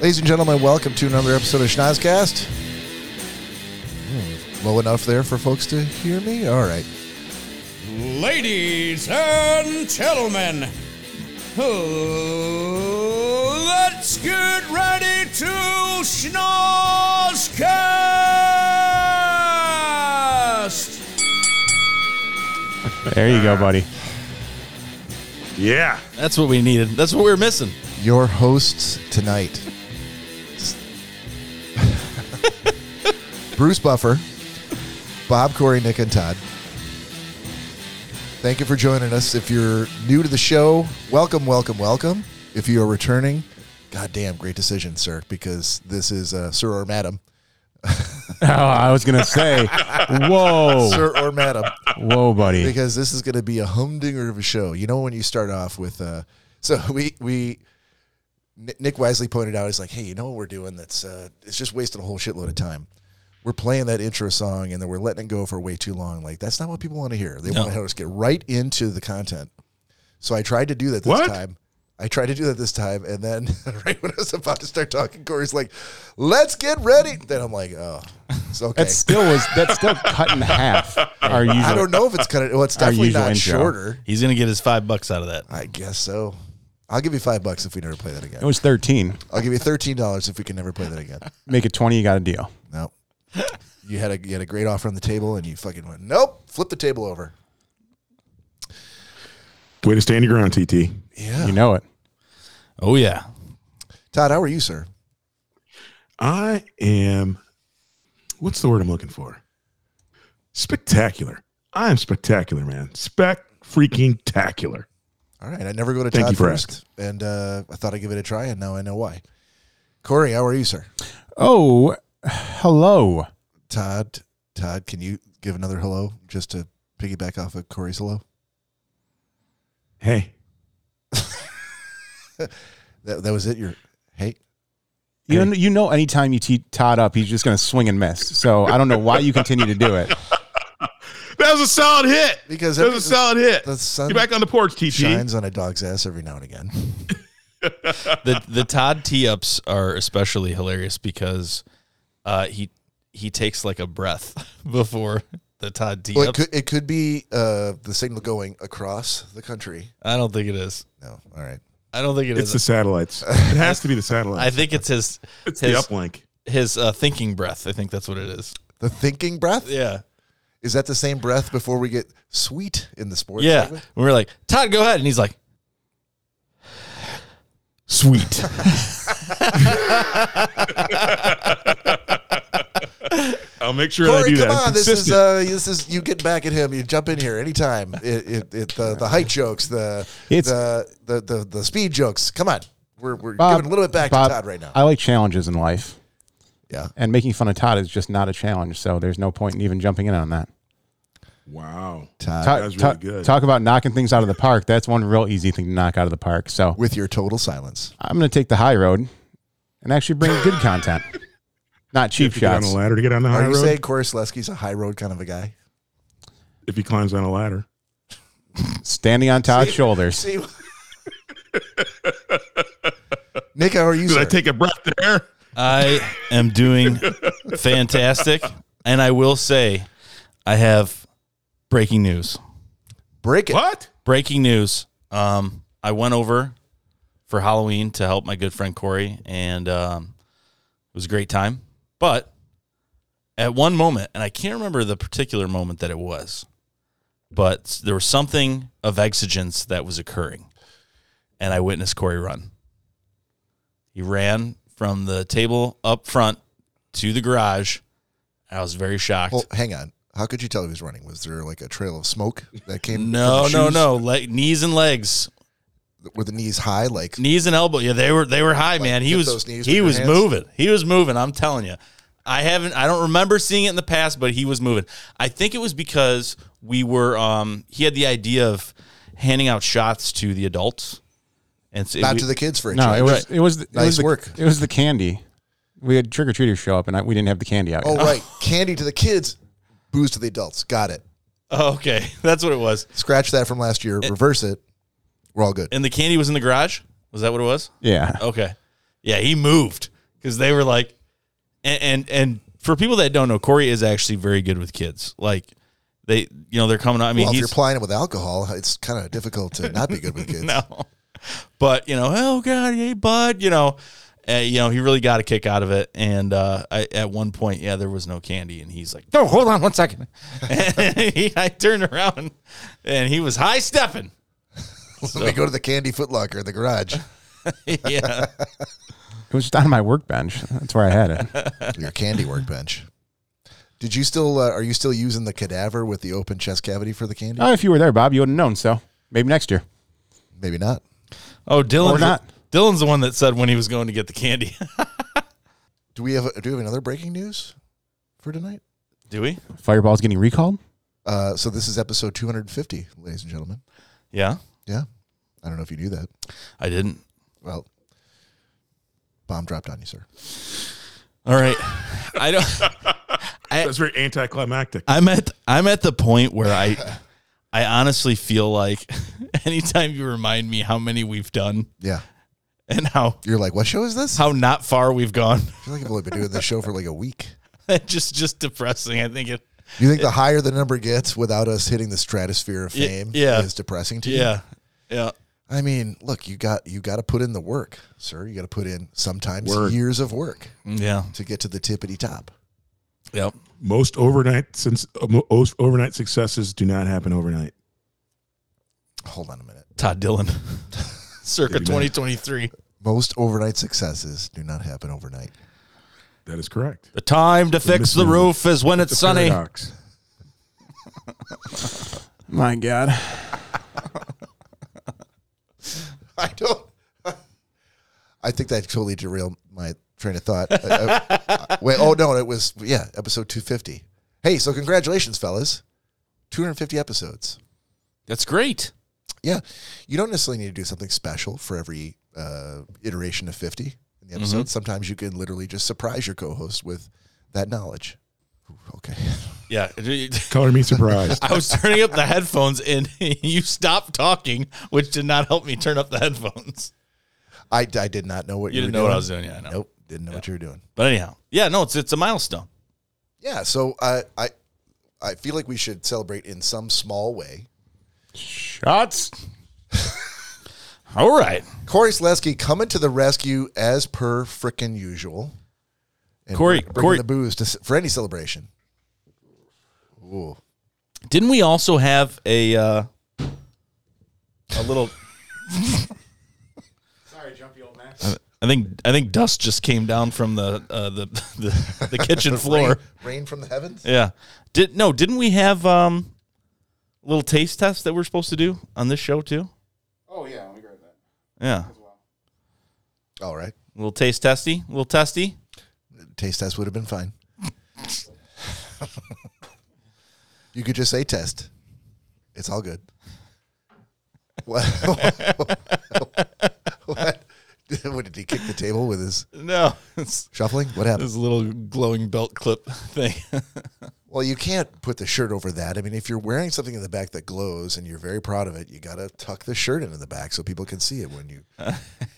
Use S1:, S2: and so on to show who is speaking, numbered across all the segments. S1: Ladies and gentlemen, welcome to another episode of Schnozcast. Hmm, low enough there for folks to hear me? All right.
S2: Ladies and gentlemen, let's get ready to schnozcast.
S3: There you go, buddy.
S4: Yeah.
S5: That's what we needed. That's what we were missing.
S1: Your hosts tonight Bruce Buffer, Bob, Corey, Nick, and Todd. Thank you for joining us. If you're new to the show, welcome, welcome, welcome. If you are returning, goddamn great decision, sir, because this is uh, sir or madam.
S3: Oh, I was gonna say, whoa,
S1: Sir or madam.
S3: whoa, buddy.
S1: because this is going to be a humdinger of a show. You know when you start off with uh so we we Ni- Nick wisely pointed out he's like, "Hey, you know what we're doing that's uh it's just wasting a whole shitload of time. We're playing that intro song and then we're letting it go for way too long. Like that's not what people want to hear. They want to us get right into the content." So I tried to do that this
S4: What?
S1: time. I tried to do that this time, and then right when I was about to start talking, Corey's like, "Let's get ready." Then I'm like, "Oh, it's okay."
S3: That still was that still cut in half. Our usual.
S1: I don't know if it's kind of well, it's definitely
S3: usual
S1: not
S3: intro.
S1: shorter.
S5: He's gonna get his five bucks out of that.
S1: I guess so. I'll give you five bucks if we never play that again.
S3: It was thirteen.
S1: I'll give you thirteen dollars if we can never play that again.
S3: Make it twenty. You got a deal.
S1: No, you had a you had a great offer on the table and you fucking went nope. Flip the table over.
S4: Way to stand your ground, TT.
S1: Yeah,
S3: You know it.
S5: Oh yeah.
S1: Todd, how are you, sir?
S4: I am, what's the word I'm looking for? Spectacular. I am spectacular, man. Spec freaking tacular.
S1: All right, I never go to
S4: Thank
S1: Todd
S4: you for
S1: first, and uh, I thought I'd give it a try, and now I know why. Corey, how are you, sir?
S3: Oh, hello.
S1: Todd, Todd, can you give another hello just to piggyback off of Corey's hello?
S4: Hey.
S1: That that was it. Your hey,
S3: You know, you know, anytime you tee Todd up, he's just gonna swing and miss. So I don't know why you continue to do it.
S4: That was a solid hit.
S1: Because
S4: that
S1: every-
S4: was a solid hit.
S1: the sun
S4: Get back on the porch, TT.
S1: shines on a dog's ass every now and again.
S5: The the Todd tee ups are especially hilarious because uh, he he takes like a breath before the Todd tee
S1: Well,
S5: ups.
S1: it could it could be uh, the signal going across the country.
S5: I don't think it is.
S1: No, all right.
S5: I don't think it
S4: It's
S5: is.
S4: the satellites. It has to be the satellites.
S5: I think it's his
S4: it's
S5: his-
S4: the uplink.
S5: his uh, thinking breath. I think that's what it is.
S1: The thinking breath
S5: Yeah.
S1: is that the same breath before we get sweet in the sports?
S5: Yeah.
S1: segment?
S5: We were like, Todd, go ahead. And he's like, sweet.
S4: I'll make sure that I
S1: Corey,
S4: do
S1: come
S4: that. I'm
S1: on. This is
S4: consistent.
S1: uh, this is you get back at him. You jump in here anytime. It, it, it the the height jokes, the
S3: It's-
S1: the, the the the speed jokes. Come on, we're we're
S3: Bob-
S1: giving a little bit back
S3: Bob,
S1: to Todd right now.
S3: I like challenges in life,
S1: yeah,
S3: and making fun of Todd is just not a challenge. So there's no point in even jumping in on that.
S4: wow.
S1: Todd,
S3: Talk,
S4: That was
S3: talk-
S4: really good.
S3: talk about knocking things out of the park. That's one real easy thing to knock out of the park. So
S1: with your total silence.
S3: I'm going to take the high road and actually bring good content, not cheap
S4: If you get on
S3: shots.
S4: a ladder to get on the high
S1: Are you
S4: road,
S1: saying Corey Selesky's a high road kind of a guy?
S4: if he climbs on a ladder.
S3: Standing on Todd's shoulders.
S1: See, Nick, how are you?
S4: Did I
S1: Sir?
S4: take a breath there?
S5: I am doing fantastic. And I will say, I have breaking news.
S1: Break it.
S4: What?
S5: Breaking news. Um, I went over for Halloween to help my good friend Corey, and um, it was a great time. But at one moment, and I can't remember the particular moment that it was, but there was something of exigence that was occurring. And I witnessed Corey run. He ran from the table up front to the garage. I was very shocked.
S1: Well, Oh, hang on. How could you tell he was running? Was there like a trail of smoke that came?
S5: no,
S1: from the
S5: no,
S1: shoes?
S5: no. Like knees and legs
S1: Were the knees high? Like
S5: knees and elbow. Yeah, they were they were high, man. He
S1: hit
S5: was
S1: those knees with
S5: he
S1: your
S5: was
S1: hands.
S5: moving. He was moving. I'm telling you, I haven't. I don't remember seeing it in the past, but he was moving. I think it was because we were. Um, he had the idea of handing out shots to the adults, and so
S1: not
S5: we-
S1: to the kids for a
S3: No, it
S1: change.
S3: was it was the, it
S1: Nice
S3: was the,
S1: work.
S3: It was the candy. We had trick or treaters show up, and I, we didn't have the candy out.
S1: Oh
S3: yet.
S1: right, candy to the kids, booze to the adults. Got it.
S5: Oh, okay, that's what it was.
S1: Scratch that from last year. reverse it. We're all good.
S5: And the candy was in the garage. Was that what it was?
S3: Yeah,
S5: Okay, yeah, he moved. because they were like, and, and and for people that don't know, Corey is actually very good with kids. Like they, you know, they're coming. up- I mean,
S1: Well, if
S5: he's
S1: you're applying it with alcohol, it's kind of difficult to not be good with kids.
S5: no. But you know, oh god, hey bud, you know, uh, you know, he really got a kick out of it. And uh, I, at one point, yeah, there was no candy, and he's like, no, hold on one second. and he, I turned around, and he was high stepping.
S1: Let me go to the candy footlocker in the garage.
S5: yeah,
S3: It was just on my workbench. That's where I had it.
S1: Your candy workbench. Did you still? Uh, are you still using the cadaver with the open chest cavity for the candy?
S3: Oh, if you were there, Bob, you wouldn't have known. So maybe next year.
S1: Maybe not.
S5: Oh, Dylan,
S3: Or not.
S5: Dylan's the one that said when he was going to get the candy.
S1: Do we have? Do we have another breaking news for tonight?
S5: Do we?
S3: Fireball's getting recalled.
S1: Uh, so this is episode 250, ladies and gentlemen.
S5: Yeah,
S1: Yeah, I don't know if you knew that.
S5: I didn't.
S1: Well, bomb dropped on you, sir.
S5: All right, I don't.
S4: That's very anticlimactic.
S5: I'm at I'm at the point where I I honestly feel like anytime you remind me how many we've done
S1: Yeah,
S5: and how
S1: you're like, what show is this? I
S5: how not far we've gone.
S1: feel like I've only been doing this show for like a week.
S5: just just depressing. I think it.
S1: You think the higher the number gets without us hitting the stratosphere of
S5: Y-
S1: fame
S5: yeah.
S1: is depressing to you?
S5: Yeah, yeah.
S1: I mean, look, you got you got to put in the work, sir. You got to put in sometimes
S4: Work.
S1: years of work
S5: Yeah.
S1: to get to the tippity top.
S5: Yep.
S4: most overnight since uh, most overnight successes do not happen overnight.
S1: Hold on a minute.
S5: Todd Dylan. Circa
S4: Maybe not.
S5: 2023.
S1: Most overnight successes do not happen overnight.
S4: That is correct.
S5: The time to fix the
S4: misnomer.
S5: roof is when it's sunny.
S4: Paradox.
S3: My God.
S1: I don't. I think that totally derailed my train of thought. I- I- wait, oh no, it was yeah, episode two fifty. Hey, so congratulations, fellas, two hundred fifty episodes.
S5: That's great.
S1: Yeah, you don't necessarily need to do something special for every uh, iteration of fifty in the
S5: Mm-hmm.
S1: episode. Sometimes you can literally just surprise your co-host with that knowledge. Ooh, Okay,
S5: Yeah.
S4: Color me surprised.
S5: I was turning up the headphones and you stopped talking, which did not help me turn up the headphones.
S1: I, I did not know what you,
S5: You didn't
S1: were
S5: know what I
S1: doing.
S5: was doing. Yeah, I know.
S1: Nope, didn't know what you were doing.
S5: But anyhow, yeah, no, it's it's a milestone.
S1: Yeah, so I I I feel like we should celebrate in some small way.
S3: Shots.
S5: All right.
S1: Corey Selesky coming to the rescue as per frickin' usual. And
S5: Corey-
S1: bringing
S5: Corey-
S1: the booze to, for any celebration. Ooh,
S5: Didn't we also have a uh, a little?
S3: Sorry, jumpy old man.
S1: Uh,
S5: I think I think dust just came down from the uh, the, the the kitchen floor.
S1: rain from the heavens.
S5: Yeah. Did no? Didn't we have um, a little taste test that we're supposed to do on this show too?
S3: Oh yeah, let me grab that.
S5: Yeah,
S1: All right,
S5: a little taste testy, a little testy.
S1: taste test would have been fine. you could just say test. It's all good. What? what? What did he kick the table with his
S5: No, it's
S1: shuffling? What happened?
S5: this little glowing belt clip thing.
S1: Well, you can't put the shirt over that. I mean, if you're wearing something in the back that glows and you're very proud of it, you got to tuck the shirt into the back so people can see it when you.
S5: Uh,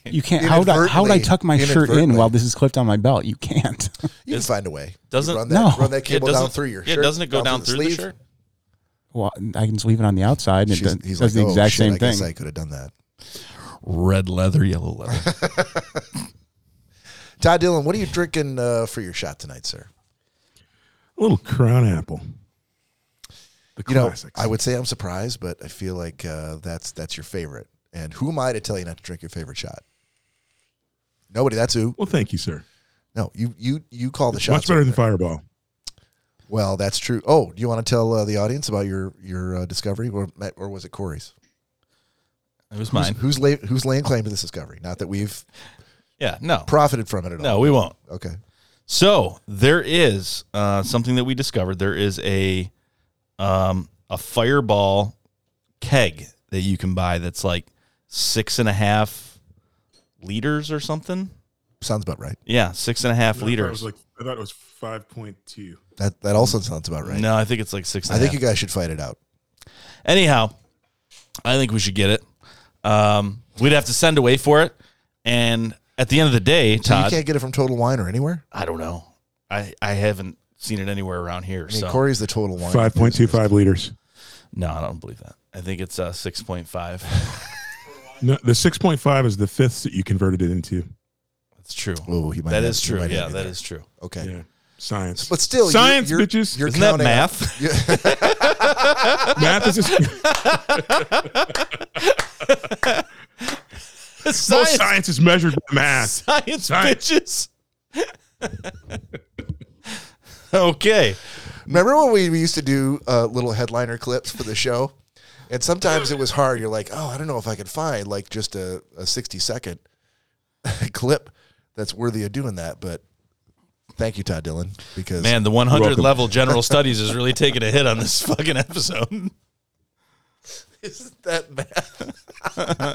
S3: You can't. How would I, how would I tuck my shirt in
S1: Inadvertently.
S3: while this is clipped on my belt? You can't.
S1: You can find a way. You
S5: doesn't-
S1: run that,
S3: No.
S1: run that
S5: Yeah,
S1: cable
S5: doesn't-
S1: down through your
S5: yeah,
S1: shirt?
S5: doesn't it go down, through, the,
S1: sleeve?
S5: shirt?
S3: Well, I can just leave it on the outside, and it
S1: She's-
S3: does,
S1: he's
S3: does
S1: like,
S3: the
S1: "Oh,
S3: exact
S1: shit,
S3: same
S1: I
S3: thing.
S1: guess I could have done that.
S5: Red leather, yellow leather.
S1: Todd Dillon, what are you drinking uh, for your shot tonight, sir?
S4: A little crown apple. The
S1: You know,
S4: classics.
S1: I would say I'm surprised, but I feel like uh, that's that's your favorite. And who am I to tell you not to drink your favorite shot? Nobody. That's who.
S4: well, thank you, sir.
S1: No, you you you call the shots.
S4: Much better than Fireball.
S1: Well, that's true. Oh, do you want to tell uh, the audience about your your uh, discovery, or or was it Corey's?
S5: it was
S1: Who's
S5: mine.
S1: who's, lay, who's laying claim to this discovery? Not that we've
S5: Yeah. No.
S1: profited from it at
S5: No,
S1: all.
S5: we won't.
S1: Okay.
S5: So there is uh, something that we discovered. There is a um, a fireball keg that you can buy that's like six and a half liters or something.
S1: Sounds about right.
S5: Yeah, six and a half liters.
S4: I thought it was five point two.
S1: That that also sounds about right.
S5: No, I think it's like six. And
S1: I
S5: a
S1: think
S5: half.
S1: you guys should fight it out.
S5: Anyhow, I think we should get it. Um, we'd have to send away for it, and at at the end of the day,
S1: So you
S5: Todd,
S1: can't get it from Total Wine or anywhere.
S5: I don't know. I, I haven't seen it anywhere around here.
S1: I mean,
S5: so
S1: Corey's the Total Wine.
S4: Five point two five liters.
S5: no, I don't believe that. I think it's uh, six point five.
S4: No, the six point five is the fifths that you converted it into.
S5: That's true.
S1: Oh, he might
S5: that
S1: have-
S5: is
S1: he
S5: true.
S1: might have
S5: Yeah,
S1: me
S5: that
S1: there.
S5: is true.
S1: okay.
S4: Yeah, science.
S1: But still, you-
S4: Science,
S1: you're,
S4: bitches.
S1: You're
S5: Isn't that
S1: counting out-
S5: math?
S1: Yeah.
S4: Math is just, most
S5: science,
S4: science is measured by math.
S5: science,
S4: Science.
S5: bitches. okay.
S1: Remember when we we used to do uh, little headliner clips for the show? And sometimes it was hard. You're like, oh, I don't know if I could find like just a, a 60 second clip that's worthy of doing that. But thank you, Todd Dillon, because
S5: Man, the 100
S4: welcome.
S5: level general studies is really taking a hit on this fucking episode.
S1: isn't that bad?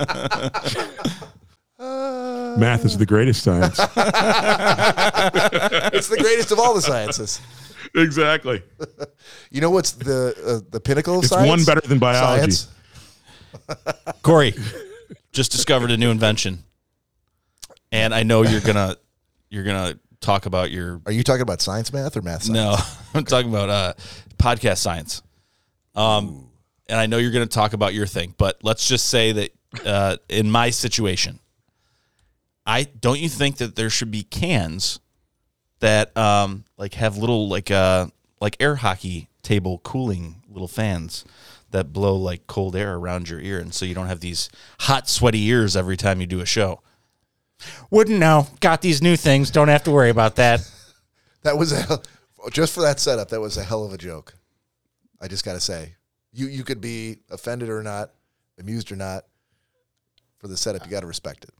S4: Math is the greatest science.
S1: It's the greatest of all the sciences.
S4: exactly.
S1: You know what's the uh, the pinnacle of
S4: It's
S1: science?
S4: one better than biology.
S1: Science?
S5: Corey just discovered a new invention, and I know you're gonna you're gonna talk about your
S1: Are you talking about science math or math science?
S5: no. I'm talking about uh, podcast science, um, and I know you're gonna talk about your thing, but let's just say that uh, in my situation, I don't you think that there should be cans that um, like have little like uh like air hockey table cooling little fans that blow like cold air around your ear and so you don't have these hot sweaty ears every time you do a show wouldn't know got these new things don't have to worry about that
S1: That was a, just for that setup. That was a hell of a joke. I just got to say, you you could be offended or not, amused or not. For the setup, you got to respect it.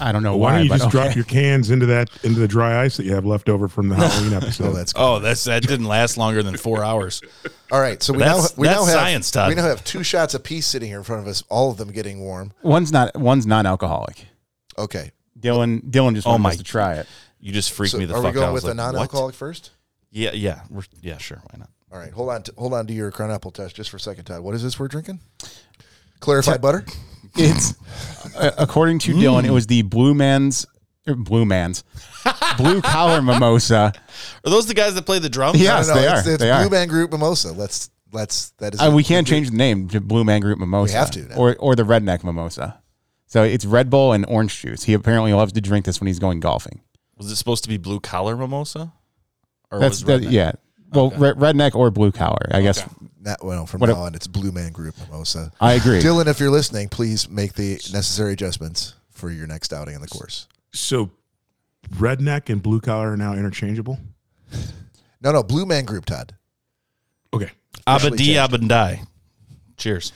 S3: I don't know
S4: Why
S3: why.
S4: don't you
S3: but
S4: just drop
S3: okay.
S4: your cans into that into the dry ice that you have left over from the Halloween episode?
S1: Oh, that's cool.
S5: oh that's that didn't last longer than four hours
S1: all right. So we now
S5: That's-
S1: we now
S5: that's
S1: have
S5: science, Todd.
S1: we now have two shots apiece sitting here in front of us. All of them getting warm.
S3: one's not one's non-alcoholic.
S1: Okay.
S3: Dylan Dylan just wants
S5: my-
S3: us to try it.
S5: you just freaked
S1: So
S5: me the
S1: are we
S5: fuck
S1: going
S5: out I was
S1: with the
S5: like, what?
S1: non-alcoholic first?
S5: yeah yeah we're, yeah sure why not
S1: All right. Hold on. To, hold on to your Cronapple test just for a second, Todd. What is this we're drinking? Clarified butter.
S3: It's uh, according to Dylan, it was the blue man's er, blue man's blue collar mimosa.
S5: are those the guys that play the drums
S3: Yeah. Yes,
S1: I don't
S3: they
S1: know. It's,
S3: are.
S1: it's
S3: They
S1: Blue
S3: are.
S1: Man Group Mimosa. Let's let's that is
S3: Uh, we can't change the name to Blue Man Group Mimosa.
S1: We have to now.
S3: or or the Redneck Mimosa. So it's Red Bull and orange juice. He apparently loves to drink this when he's going golfing.
S5: was it supposed to be blue collar mimosa or
S3: That's
S5: was
S3: that, yeah. Well, re- redneck or blue collar, I guess.
S1: Not, well, from
S3: What
S1: now
S3: if-
S1: on, it's Blue Man Group Mimosa.
S3: I agree.
S1: Dylan, if you're listening, please make the necessary adjustments for your next outing in the course.
S4: so redneck and blue collar are now interchangeable.
S1: No, no, Blue Man Group, Todd.
S4: Okay.
S5: abadi
S1: changed.
S5: abadai cheers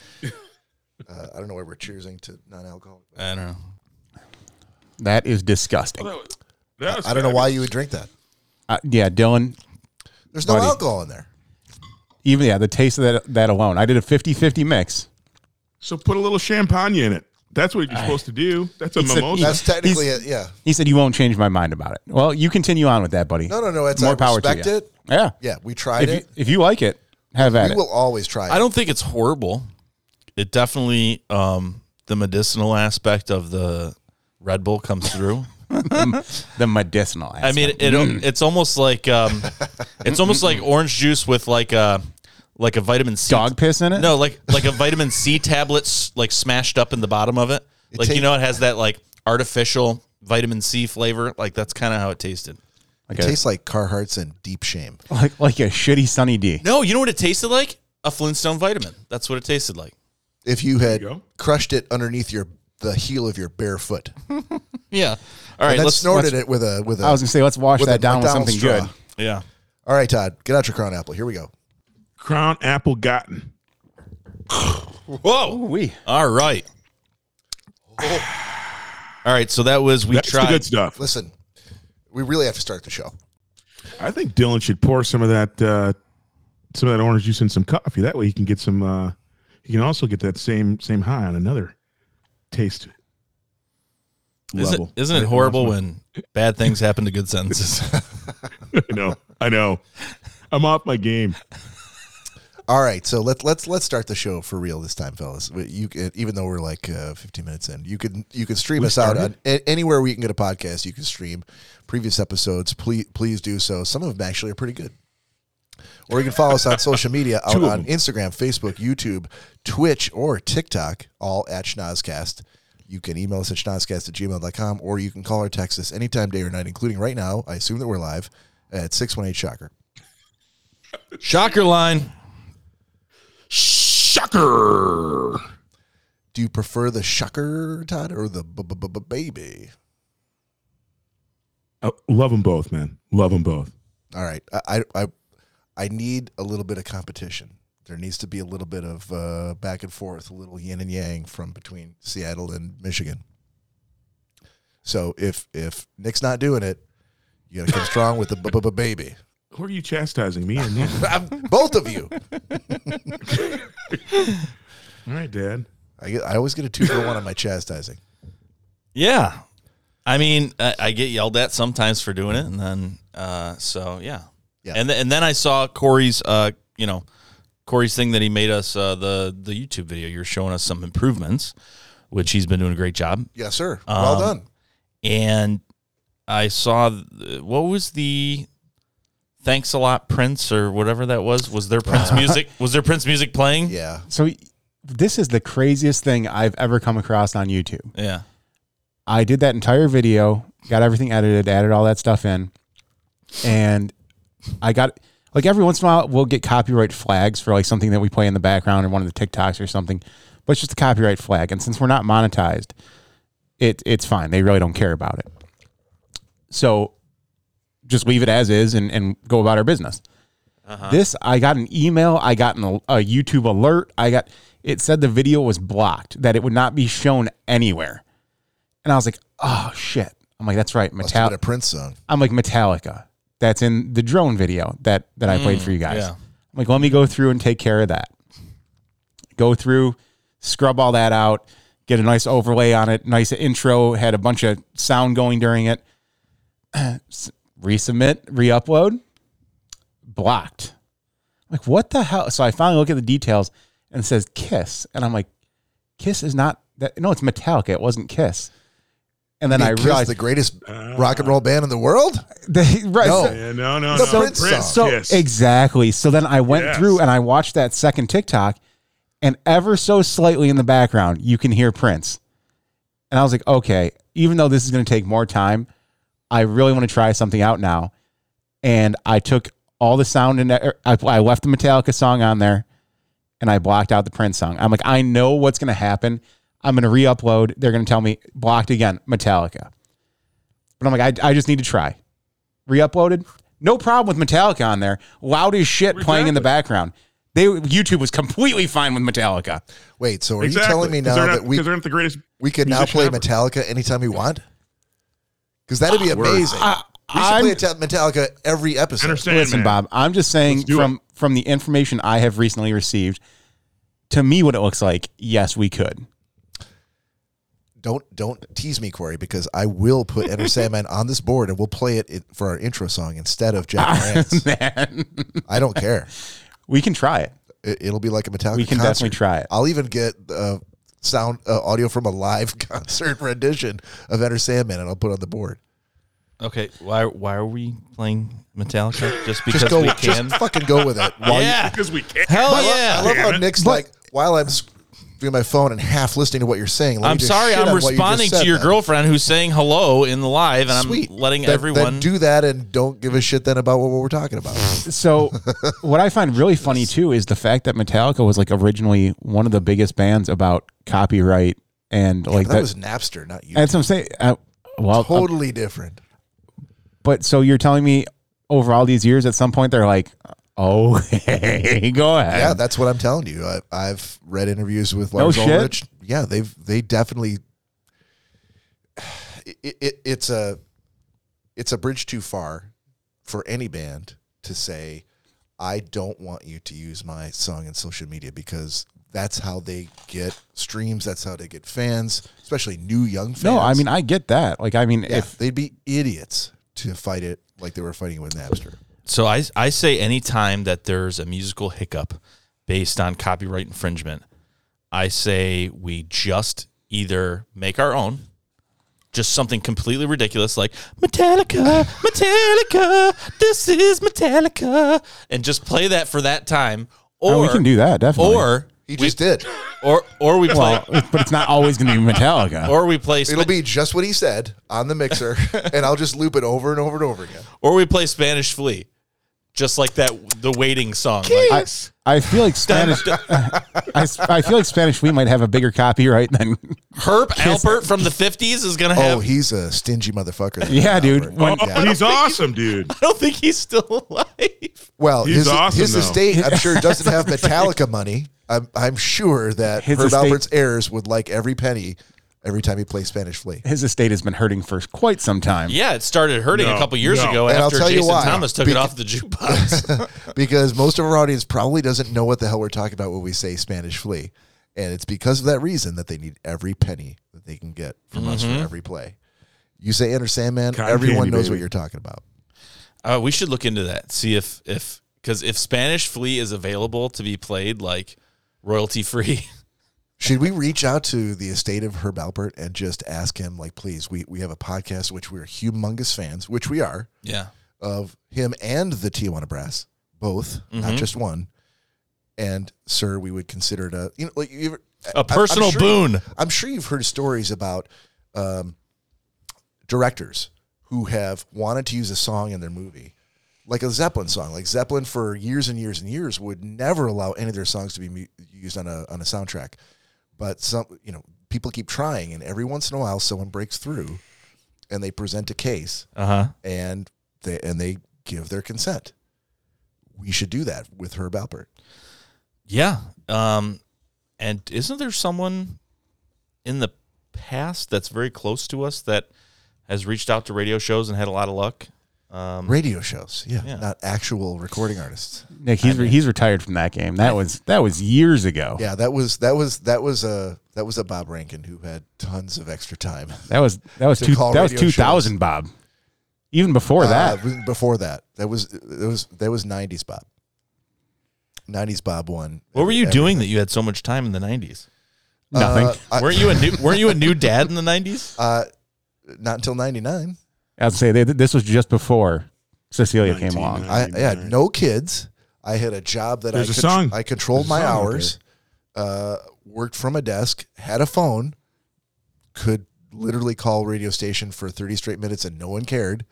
S1: Uh, I don't know why we're choosing to non-alcoholic.
S5: i don't know
S3: that is disgusting.
S1: I don't know why you would drink that.
S3: Uh, yeah, Dylan.
S1: There's no
S3: Buddy.
S1: alcohol in there.
S3: Even yeah, the taste of that that alone. I did a 50-50 mix.
S4: So put a little champagne in it. That's what you're supposed to do. That's a
S3: It's a-
S4: mimosa.
S1: That's technically it. Yeah.
S3: He said you won't change my mind about it. Well, you continue on with that, buddy.
S1: No, no, no. It's
S3: More
S1: I
S3: power
S1: respect
S3: to you.
S1: it.
S3: Yeah.
S1: Yeah, we tried
S3: If you,
S1: it.
S3: if you like it, have at
S1: we
S3: it.
S1: will always try it.
S5: I don't think it's horrible. It definitely um, the medicinal aspect of the Red Bull comes through.
S3: The medicinal.
S5: I mean, it,
S1: Mm.
S5: it's almost like um, it's almost like orange juice with like a like a vitamin C.
S3: dog piss in it.
S5: No, like like a vitamin C tablet s- like smashed up in the bottom of it. Like
S1: tastes-
S5: you know, it has that like artificial vitamin C flavor. Like that's kind of how it tasted.
S3: like
S1: It
S3: a,
S1: tastes like Carhartts and deep shame.
S3: like like a shitty Sunny D.
S5: No, you know what it tasted like? A Flintstone vitamin. That's what it tasted like.
S1: If you had
S4: go.
S1: crushed it underneath your the heel of your bare foot
S5: Yeah. All right.
S1: and then
S5: Let's.
S1: snorted it with a with a.
S3: I was gonna say let's wash
S1: with a
S3: that down with
S1: McDonald's
S3: something
S1: straw.
S3: good.
S5: Yeah.
S1: All right, Todd, get out your crown apple. Here we go.
S4: Crown apple gotten.
S5: Whoa.
S3: We
S5: All right. All right. So that was we
S4: That's the
S5: tried.
S4: good stuff.
S1: Listen, we really have to start the show.
S4: I think Dylan should pour some of that uh, some of that orange juice in some coffee. That way he can get some. Uh, he can also get that same same high on another taste
S5: Isn't,
S4: level.
S5: isn't it horrible when bad things happen to good sentences?
S4: I know. I know. I'm off my game.
S1: All right, so let's let's let's start the show for real this time, fellas. We- You can, even though we're like uh, 15 minutes in, you can you can stream us out on a- anywhere we can get a podcast. You can stream previous episodes. Please please do so. Some of them actually are pretty good. Or you can follow us on social media out on Instagram, Facebook, YouTube, Twitch, or TikTok, all at Schnozcast. You can email us at schnozcast at gmail.com or you can call or text us anytime, day or night, including right now. I assume that we're live at 618 Shocker.
S5: Shocker line.
S4: Shocker.
S1: Do you prefer the shocker, Todd, or the b- b- b- b- baby?
S4: I Uh, love them both, man. Love them both.
S1: All right, I, I I I need a little bit of competition. There needs to be a little bit of uh, back and forth, a little yin and yang from between Seattle and Michigan. So if if Nick's not doing it, you got to come strong with the b- b- b- baby.
S4: Who are you chastising, me or Nick?
S1: I'm, both of you.
S4: All right, Dad.
S1: I get, I always get a two for one on my chastising.
S5: Yeah. I mean, I, I get yelled at sometimes for doing it, and then uh, so yeah,
S1: Yeah.
S5: And th- and then I saw Corey's, uh, you know, Corey's thing that he made us uh, the the YouTube video. You're showing us some improvements, which he's been doing a great job.
S1: Yes, sir. Well
S5: Um,
S1: done.
S5: And I saw th- what was the thanks a lot Prince or whatever that was. Was there Prince music? Was there Prince music playing?
S1: Yeah.
S3: So this is the craziest thing I've ever come across on YouTube.
S5: Yeah.
S3: I did that entire video, got everything edited, added all that stuff in, and I got like every once in a while we'll get copyright flags for like something that we play in the background or one of the TikToks or something, but it's just a copyright flag. And since we're not monetized, it it's fine. They really don't care about it. So just leave it as is and, and go about our business.
S1: Uh-huh.
S3: This I got an email, I got an, a YouTube alert, I got it said the video was blocked, that it would not be shown anywhere. And I was like, oh shit. I'm like, that's right,
S1: Must have been
S3: Metallica.
S1: a Prince song.
S3: I'm like Metallica. That's in the drone video that that I played for you guys.
S5: yeah.
S3: I'm like, let me go through and take care of that. Go through, scrub all that out, get a nice overlay on it. Nice intro had a bunch of sound going during it. S- Resubmit, re-upload, blocked. I'm like, what the hell? So I finally look at the details and it says Kiss, and I'm like, Kiss is not that. No, it's Metallica. It wasn't Kiss. And then I
S1: Kiss,
S3: realized
S1: the greatest rock and roll band in the world.
S3: they, right,
S1: No.
S3: so-
S4: Uh, Yeah, no, no,
S1: The
S4: no.
S1: Prince
S3: so
S4: yes.
S3: exactly. So then I went
S4: Yes.
S3: through and I watched that second TikTok, and ever so slightly in the background, you can hear Prince. And I was like, okay, even though this is going to take more time, I really want to try something out now. And I took all the sound and er, I, I left the Metallica song on there, and I blocked out the Prince song. I'm like, I know what's going to happen. I'm going to re-upload. They're going to tell me blocked again, Metallica. But I'm like, I, I just need to try re-uploaded. No problem with Metallica on there. Loud as shit playing in the background. They YouTube was completely fine with Metallica.
S1: Wait, so are
S4: Exactly.
S1: you telling me
S4: 'Cause
S1: now
S4: they're not-
S1: that we
S4: 'cause they're not the greatest.
S1: We could now play
S4: musician ever. Ah,
S1: Metallica anytime we want. Because that'd be amazing. we should
S3: I'm-
S1: play Metal- Metallica every episode.
S4: Understand,
S3: Listen,
S4: man.
S3: Bob, I'm just saying
S4: do
S3: from from the information I have recently received, to me what it looks like, yes, we could.
S1: Don't don't tease me, Corey, because I will put Enter Sandman on this board and we'll play it in- for our intro song instead of Jack
S3: Ah.
S1: Moran's.
S3: Man,
S1: I don't care.
S3: we can try it.
S1: It, it'll be like a Metallica.
S3: We can
S1: concert.
S3: definitely try it.
S1: I'll even get uh, sound uh, audio from a live concert rendition of Enter Sandman and I'll put it on the board.
S5: Okay. Why why are we playing Metallica? Just because
S1: Just go,
S5: we can?
S1: just fucking go with it. While you-
S5: yeah.
S4: Because we can't.
S5: Hell
S1: I, lo-
S5: yeah.
S1: I love how
S4: Damn it.
S1: Nick's like while I'm. s- Doing my phone and half listening to what you're saying. let me
S5: I'm
S1: just
S5: sorry,
S1: shit
S5: I'm
S1: on what you just
S5: responding
S1: said
S5: to your
S1: then.
S5: girlfriend who's saying hello in the live, and
S1: Sweet.
S5: I'm letting
S1: Then-
S5: everyone.
S1: then do that and don't give a shit then about what we're talking about.
S3: So what I find really funny too is the fact that Metallica was like originally one of the biggest bands about copyright and like
S1: that,
S3: that.
S1: was Napster, not you.
S3: that's what I'm saying. I, well,
S1: totally different.
S3: But so you're telling me over all these years, at some point they're like, "Oh, hey, go ahead."
S1: Yeah, that's what I'm telling you. I, I've read interviews with Lars
S3: shit.
S1: Ulrich. Yeah, they've they definitely. It, it, it's a, it's a bridge too far, for any band to say, I don't want you to use my song in social media because that's how they get streams. That's how they get fans, especially new young fans.
S3: no, I mean I get that. Like, I mean,
S1: Yeah,
S3: if
S1: they'd be idiots to fight it like they were fighting it with Napster.
S5: so I, I say anytime that there's a musical hiccup, based on copyright infringement. I say we just either make our own, just something completely ridiculous like Metallica, Metallica, this is Metallica, and just play that for that time. Or
S3: Oh, we can do that, definitely.
S5: Or
S1: He
S5: we-
S1: just did.
S5: or or we play
S3: Well, but it's not always going to be Metallica.
S5: or we play Spa-
S1: It'll be just what he said on the mixer, and I'll just loop it over and over and over again.
S5: or we play Spanish Flea, just like that the waiting song. Like,
S3: I, I feel like Spanish. I, s- I feel like Spanish. We might have a bigger copyright than.
S5: Herb Alpert from the fifties is gonna have.
S1: Oh, he's a stingy motherfucker.
S3: Yeah, dude.
S1: Albert.
S3: When,
S1: Yeah.
S4: Oh, He's awesome, dude.
S5: I don't think he's still alive.
S1: Well,
S4: He's
S1: his,
S4: awesome,
S1: his
S4: though.
S1: estate, I'm sure, doesn't have Metallica money. I'm, I'm sure that
S3: His
S1: Herb
S3: estate-
S1: Alpert's heirs would like every penny every time he plays Spanish Flea.
S3: his estate has been hurting for quite some time.
S5: Yeah, it started hurting
S4: No,
S5: a couple years
S4: no.
S5: ago
S1: And I'll
S5: after
S1: tell you
S5: Jason
S1: why.
S5: Thomas took it
S1: Beca-
S5: off the jukebox.
S1: because most of our audience probably doesn't know what the hell we're talking about when we say Spanish Flea. And it's because of that reason that they need every penny that they can get from us
S3: Mm-hmm.
S1: for every play. You say Enter Sandman,
S4: Cotton
S1: everyone
S4: candy,
S1: knows what
S4: baby.
S1: you're talking about.
S5: uh, we should look into that. See if if because if Spanish Flea is available to be played like royalty free.
S1: Should we reach out to the estate of Herb Alpert and just ask him, like, please, we, we have a podcast which we're humongous fans, which we are,
S5: Yeah.
S1: of him and the Tijuana Brass, both, not just one. And, sir, we would consider it a, you know, like, you ever,
S5: A personal
S1: sure-
S5: boon.
S1: I'm sure you've heard stories about um, directors who have wanted to use a song in their movie, like a Zeppelin song. Like Zeppelin, for years and years and years, would never allow any of their songs to be mu- used on a on a soundtrack. But some, you know, people keep trying, and every once in a while, someone breaks through, and they present a case,
S5: Uh huh.
S1: and they and they give their consent. We should do that with Herb Alpert.
S5: Yeah. Um, and isn't there someone in the past that's very close to us that has reached out to radio shows and had a lot of luck? Um,
S1: Radio shows, yeah,
S5: Yeah.
S1: not actual recording artists.
S3: Nick, he's he's retired from that game. That was that was years ago.
S1: Yeah, that was that was that was a that was a Bob Rankin who had tons of extra time.
S3: That was that was
S1: To
S3: two
S1: call
S3: that was
S1: radio
S3: two thousand, Bob. Even before
S1: Uh,
S3: that,
S1: b- before that, that was that was that was nineties Bob. Nineties Bob won.
S5: what were you
S1: every-
S5: doing that you had so much time in the '90s?
S3: nothing.
S1: Uh, I-
S5: weren't you a new Weren't you a new dad in the '90s?
S1: Uh, not until ninety nine.
S3: I'd say they, this was just before Cecilia came
S4: 1990.
S5: uh,
S3: along.
S1: I, I had
S4: 99.
S1: no kids. I had a job that
S4: There's
S1: I
S4: a song.
S1: I controlled
S4: There's
S1: my
S4: a song out
S1: hours. Uh, worked from a desk. Had a phone. Could literally call radio station for thirty straight minutes and no one cared.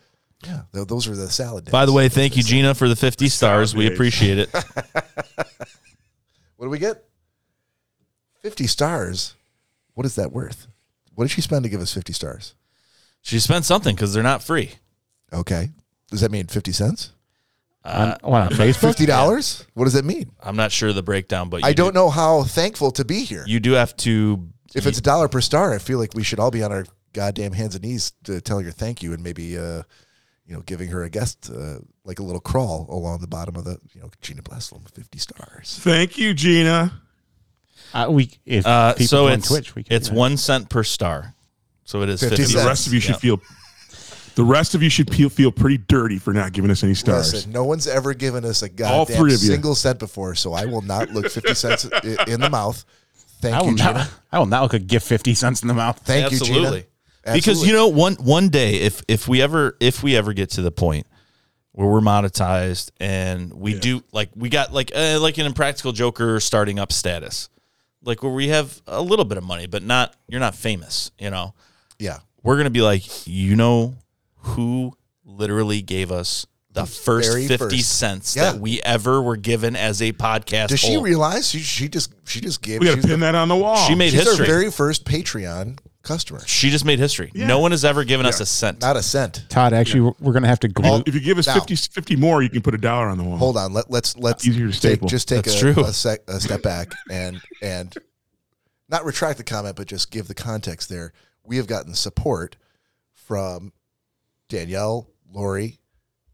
S1: Yeah, tho- those were the salad days.
S5: By the way, thank you, Gina, for the 50 stars. We
S4: Salvation.
S5: appreciate it.
S1: What do we get? 50 stars. What is that worth? What did she spend to give us 50 stars?
S5: She spent something because they're not free.
S1: Okay. Does that mean 50 cents?
S3: on, what, on Facebook.
S1: $50? What does that mean?
S5: I'm not sure of the breakdown, but you
S1: I don't
S5: do,
S1: know how thankful to be here.
S5: You do have to.
S1: if it's a dollar per star, I feel like we should all be on our goddamn hands and knees to tell her thank you and maybe, uh, you know, giving her a guest, uh, like a little crawl along the bottom of the, you know, Gina Blastholm, 50 stars.
S4: Thank you, Gina.
S3: Uh, we if
S5: uh,
S3: people
S5: so
S3: on
S5: it's
S3: Twitch, we can
S5: it's
S3: do that.
S5: one cent per star, so it is
S1: 50
S5: 50
S1: cents.
S4: The rest of you should feel. The rest of you should feel, feel pretty dirty for not giving us any stars.
S1: Listen, no one's ever given us a goddamn
S4: All three of you.
S1: single cent before, so I will not look 50 cents i- in the mouth. Thank
S3: I will
S1: you, Gina.
S3: not. I will not look a gift fifty cents in the mouth.
S1: Thank you, Gina.
S5: Absolutely. Because you know, one one day, if if we ever if we ever get to the point where we're monetized and we do like we got like uh, like an impractical Joker starting up status, like where we have a little bit of money, but not you're not famous, you know.
S1: yeah,
S5: We're gonna be like, you know, who literally gave us the first
S1: very
S5: fifty
S1: first.
S5: cents
S1: Yeah.
S5: that we ever were given as a podcast.
S1: does she
S5: whole."
S1: realize she, she just she just gave?
S4: Oh. we got
S1: she's
S4: to pin
S1: the-
S4: that on the wall.
S5: she made
S1: She's
S5: history.
S1: our very first Patreon customer.
S5: she just made history. No one has ever given us a cent.
S1: Not a cent.
S3: Todd, actually, we're- we're going to have to glue.
S4: If you give us
S1: Now.
S4: 50, 50 more, you can put a dollar on the wall.
S1: Hold on. Let, let's let's
S4: Easier to
S1: take,
S4: staple.
S1: just take
S5: That's
S1: a,
S5: true.
S1: a, sec, a step back and and not retract the comment, but just give the context there. We have gotten support from Danielle, Lori,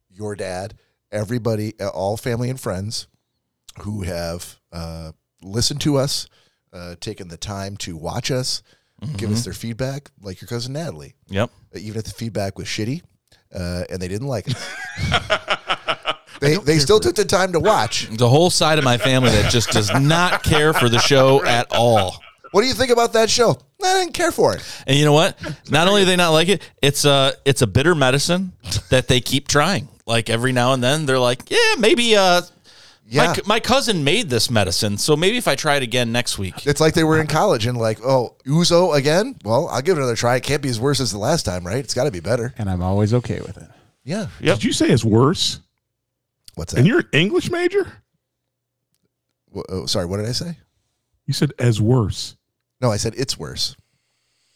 S1: your dad, everybody, uh, all family and friends who have uh, listened to us, uh, taken the time to watch us, give
S4: Mm-hmm.
S1: us their feedback, like your cousin Natalie.
S5: Yep.
S1: uh, Even if the feedback was shitty uh, and they didn't like it, They, they still took the time to watch.
S5: The whole side of my family that just does not care for the show at all.
S1: What do you think about that show? I didn't care for it.
S5: And you know what? Not only do they not like it, it's a it's a bitter medicine that they keep trying. Like every now and then, they're like, "Yeah, maybe uh,
S1: Yeah.
S5: my, c- my cousin made this medicine, so maybe if I try it again next week."
S1: It's like they were in college and like, oh, Uzo again? Well, I'll give it another try. It can't be as worse as the last time, right? It's got to be better.
S3: and I'm always okay with it.
S1: Yeah.
S5: Yep.
S4: Did you say it's worse?
S1: What's
S4: And
S1: that?
S4: you're an English major?
S1: Wh- Oh, sorry, what did I say?
S4: You said as worse.
S1: No, I said it's worse.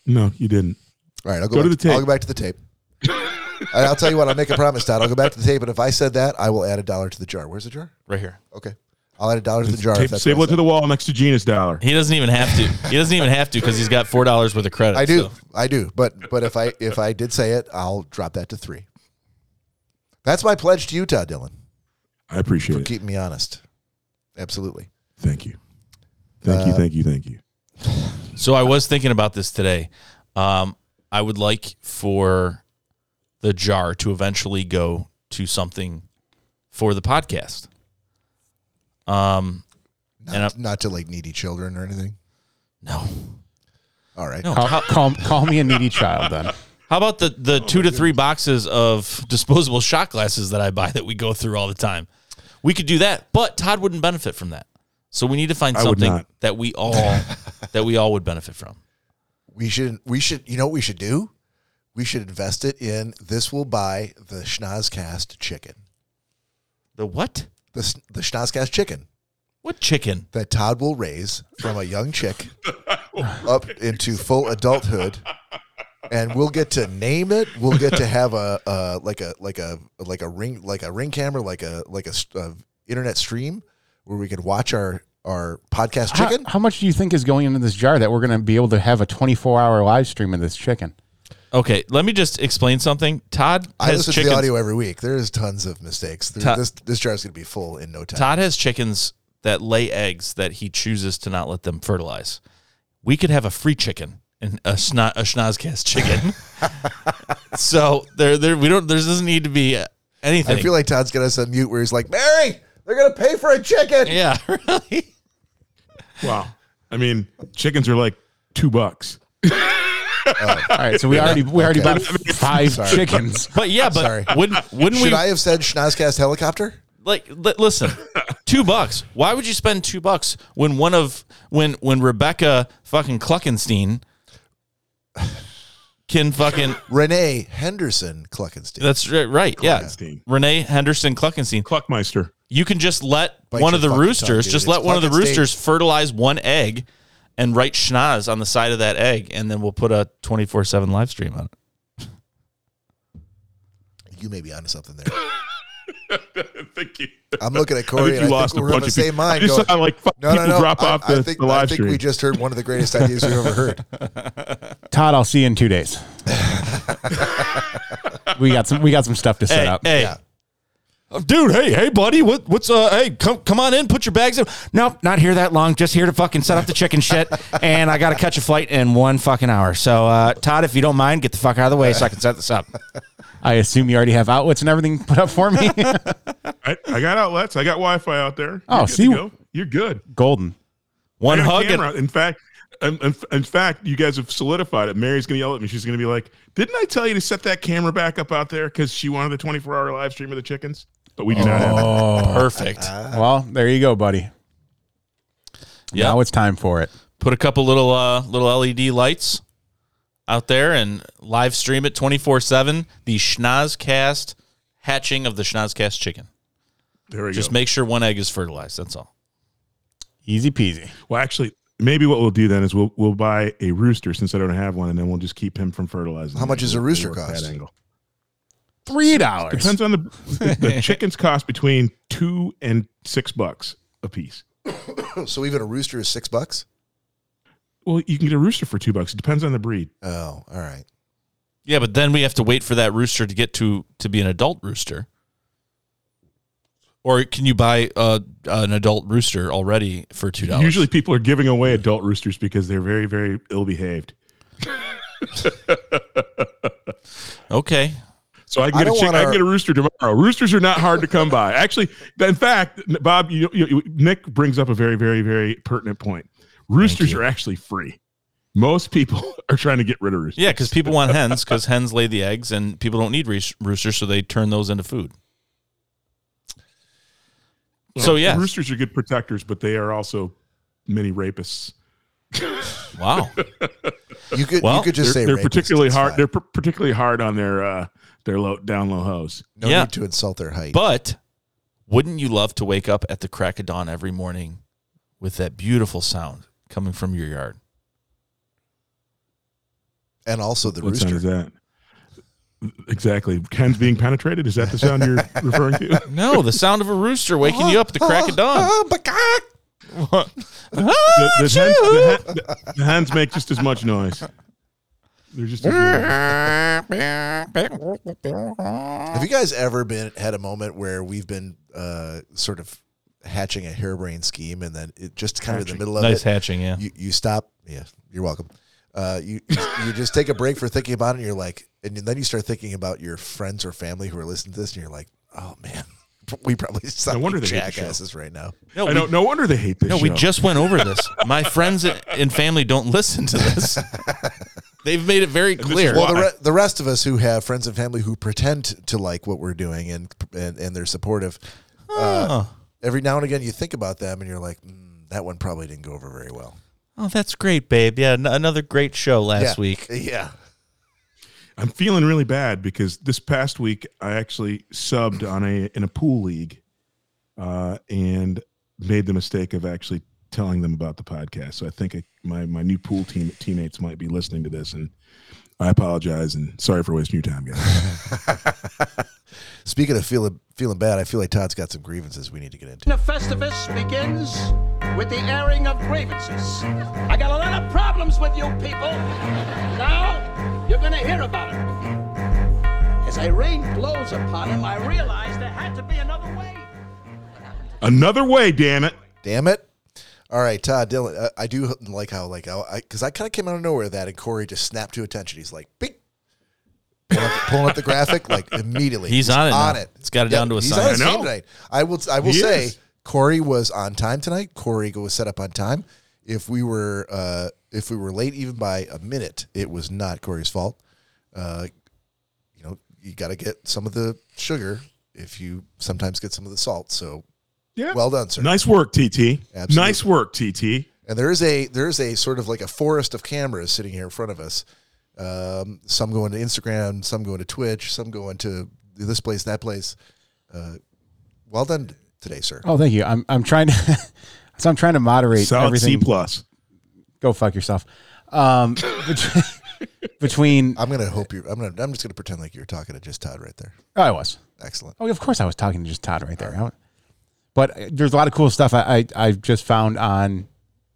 S4: No, you didn't.
S1: All right, I'll go,
S4: Go
S1: back
S4: to the tape.
S1: I'll go back to the tape. and I'll tell you what, I'll make a promise, Todd. I'll go back to the tape, and if I said that, I will add a dollar to the jar. Where's the jar?
S5: Right here,
S1: Okay. I'll add a dollar to the jar.
S4: Tape,
S1: if that's
S4: staple
S1: what
S4: it
S1: I
S4: to
S1: said.
S4: the wall next to Genius Dollar.
S5: he doesn't even have to. He doesn't even have to because he's got four dollars worth of credit.
S1: I do,
S5: so.
S1: I do. But but if I if I did say it, I'll drop that to three. That's my pledge to Utah, Dylan,
S4: I appreciate
S1: for
S4: it.
S1: keeping me honest. Absolutely.
S4: Thank you. Thank
S1: Uh,
S4: you, thank you, thank you.
S5: So I was thinking about this today. Um, I would like for the jar to eventually go to something for the podcast. Um, And
S1: Not,
S5: I-
S1: not to like needy children or anything.
S5: no.
S1: All right.
S5: No.
S3: Call, call, call me a needy child then.
S5: How about the the two to three boxes of disposable shot glasses that I buy that we go through all the time? We could do that, but Todd wouldn't benefit from that. So we need to find
S4: I would
S5: something
S4: not.
S5: that we all that we all would benefit from.
S1: We should we should you know what we should do? We should invest it in this will buy the Schnozcast chicken.
S5: The what?
S1: The s- the Schnozcast chicken
S5: What chicken?
S1: that Todd will raise from a young chick up into full adulthood. And we'll get to name it. We'll get to have a uh, like a like a like a ring like a ring camera like a like a, s- uh internet stream where we could watch our our podcast
S3: How-
S1: chicken.
S3: How, much do you think is going into this jar that we're going to be able to have a 24 hour live stream of this chicken?
S5: Okay, let me just explain something. Todd
S1: I
S5: has
S1: listen to
S5: chickens.
S1: the audio every week. There is tons of mistakes. There-
S5: Todd-
S1: this this jar is going to be full in no time.
S5: Todd has chickens that lay eggs that he chooses to not let them fertilize. We could have a free chicken and a schna- a schnozcast chicken. so there, there, we don't. There doesn't need to be anything.
S1: I feel like Todd's got us on mute where he's like, Mary, they're going to pay for a chicken.
S5: yeah, really.
S4: Wow. I mean, chickens are like two bucks.
S3: All right, so we already we already bought five chickens.
S5: But yeah, but
S1: Sorry.
S5: wouldn't wouldn't
S1: Should
S5: we
S1: I have said Schnozcast helicopter?
S5: like li- listen? two bucks. Why would you spend two bucks when one of when when Rebecca fucking Cluckenstein can fucking
S1: Renee Henderson Cluckenstein.
S5: that's ri- right. Yeah,
S4: Cluckenstein.
S5: Renee Henderson Cluckenstein.
S4: Cluckmeister.
S5: you can just let
S1: Bite
S5: one
S1: your
S5: of the
S1: fucking tongue,
S5: roosters
S1: dude.
S5: just
S1: It's
S5: let one of the
S1: fucking
S5: roosters fertilize one egg and write schnoz on the side of that egg and then we'll put a 24-7 live stream on it
S1: You may be onto something there.
S4: Thank you.
S1: I'm looking at
S4: I
S1: Corey
S4: think
S1: and
S4: you
S1: Oh, I
S4: lost
S1: think
S4: a
S1: we're on
S4: bunch
S1: the
S4: of people.
S1: same mind.
S4: I just
S1: going,
S4: saw, like five
S1: no, no,
S4: people
S1: no.
S4: drop
S1: I,
S4: off
S1: I
S4: the,
S1: think,
S4: the live
S1: I think
S4: stream.
S1: we just heard one of the greatest ideas we've ever heard.
S3: Todd, I'll see you in two days. we got some we got some stuff to set
S5: hey,
S3: up.
S5: hey.
S1: Yeah.
S5: Oh, dude hey hey buddy what what's uh hey come come on in put your bags in nope not here that long just here to fucking set up the chicken shit and i gotta catch a flight in one fucking hour so uh todd if you don't mind get the fuck out of the way so i can set this up
S3: I assume you already have outlets and everything put up for me.
S4: I, I got outlets. I got Wi-Fi out there. You're
S3: Oh,
S4: good to
S3: see-
S4: go. you're good.
S3: Golden.
S5: one
S4: I got a
S5: hug and
S4: camera. in fact, um, in, in- in fact, you guys have solidified it. Mary's gonna yell at me. She's gonna be like, "Didn't I tell you to set that camera back up out there?" Because she wanted the 24-hour live stream of the chickens, but we do not have it.
S3: Oh.
S5: perfect
S1: Uh,
S3: Well, there you go, buddy.
S5: Yeah.
S3: Now it's time for it.
S5: put a couple little uh, little LED lights out there and live stream it 24/7 the Schnozcast hatching of the Schnozcast chicken.
S4: There we
S5: Just
S4: go.
S5: make sure one egg is fertilized, that's all.
S3: Easy peasy.
S4: well, actually, maybe what we'll do then is we'll we'll buy a rooster since I don't have one, and then we'll just keep him from fertilizing.
S1: How much does a rooster
S4: Work that
S1: cost?
S4: angle.
S3: Three dollars.
S4: Depends on the the chickens cost between two and six bucks a piece.
S1: so even a rooster is six bucks?
S4: Well, you can get a rooster for two bucks. It depends on the breed.
S1: Oh, all right.
S5: Yeah, but then we have to wait for that rooster to get to to be an adult rooster. Or can you buy uh, an adult rooster already for two dollars?
S4: Usually, people are giving away adult roosters because they're very, very ill behaved.
S5: okay.
S4: So I
S1: I
S4: can get a
S1: don't
S4: chick,
S1: want
S4: I can
S1: our-
S4: get a rooster tomorrow. Roosters are not hard to come by. Actually, in fact, Bob, you, you, you- Nick brings up a very, very, very pertinent point. Roosters
S5: you.
S4: are actually free. Most people are trying to get rid of roosters.
S5: Yeah, because people want hens because hens lay the eggs, and people don't need roos- roosters, so they turn those into food. So yeah,
S4: roosters are good protectors, but they are also mini rapists.
S5: wow.
S1: You could
S5: Well,
S1: you could just
S4: they're,
S1: say
S4: they're
S1: rapists,
S4: particularly
S1: it's
S4: hard.
S1: fine.
S4: They're par- particularly hard on their uh, their low down low hose.
S1: no
S5: yeah.
S1: need to insult their height.
S5: But wouldn't you love to wake up at the crack of dawn every morning with that beautiful sound coming from your yard?
S1: and also the
S4: what sound
S1: rooster.
S4: is that? Exactly. Ken's being penetrated. Is that the sound you're referring to?
S5: No, the sound of a rooster waking you up at the crack of dawn.
S1: Oh, but God.
S4: The, the, hens, the, hen- the- the hens make just as much noise. They're just as noisy.
S1: Have you guys ever been had a moment where we've been uh, sort of hatching a harebrained scheme and then it just kind of in the middle of
S5: Nice
S1: it,
S5: hatching, yeah.
S1: you, you stop. Yeah, you're welcome. Uh, you you just take a break for thinking about it. and You're like, and then you start thinking about your friends or family who are listening to this, and you're like, oh man, we probably sound
S4: No wonder
S1: like
S4: they hate the show.
S1: jackasses right now.
S5: No,
S4: I
S5: we,
S4: don't. No wonder they hate this.
S5: no, we
S4: show.
S5: just went over this. My friends and family don't listen to this. They've made it very
S4: is
S5: clear.
S4: why-
S1: Well, the, re- the rest of us who have friends and family who pretend to like what we're doing and and, and they're supportive, uh,
S5: Oh,
S1: every now and again you think about them and you're like, mm, that one probably didn't go over very well.
S5: oh, that's great, babe. Yeah, n- another great show last
S1: yeah.
S5: week.
S1: Yeah.
S4: I'm feeling really bad because this past week I actually subbed on a in a pool league, uh, and made the mistake of actually telling them about the podcast. So I think I, my my new pool team teammates might be listening to this, and I apologize and sorry for wasting your time, guys.
S1: Speaking of feeling feeling bad, I feel like Todd's got some grievances we need to get into.
S6: The Festivus begins with the airing of grievances. I got a lot of problems with you people. Now, you're gonna hear about it. As a rain blows upon him, I realized there had to be another way.
S4: Another way, damn it.
S1: Damn it. All right, Todd Dylan. Uh, I do like how like how I because I kind of came out of nowhere with that, and Corey just snapped to attention. He's like, "Bing." Pulling up, pulling up the graphic like immediately.
S5: He's on it now. It's got it down to a
S1: he's
S5: science.
S1: on his
S4: I know.
S1: game tonight. I will. I will
S4: He
S1: say,
S4: is.
S1: Corey was on time tonight. Corey was set up on time. If we were, uh, if we were late even by a minute, it was not Corey's fault. Uh, you know, you got to get some of the sugar. If you sometimes get some of the salt, so
S4: Yeah.
S1: well done, sir.
S4: Nice work, TT.
S1: Absolutely.
S4: Nice work, TT.
S1: And there is a there is a sort of like a forest of cameras sitting here in front of us. Um, some going to Instagram, some going to Twitch, some going to this place, that place. Uh, well done today, sir.
S3: Oh, thank you. I'm I'm trying to so I'm trying to moderate
S4: Solid C
S3: everything.
S4: plus.
S3: Go fuck yourself. Um, between, between
S1: I'm gonna hope you. I'm gonna. I'm just gonna pretend like you're talking to just Todd right there.
S3: oh, I was.
S1: Excellent.
S3: Oh, of course, I was talking to just Todd right there. I would- But uh, there's a lot of cool stuff I I, I just found on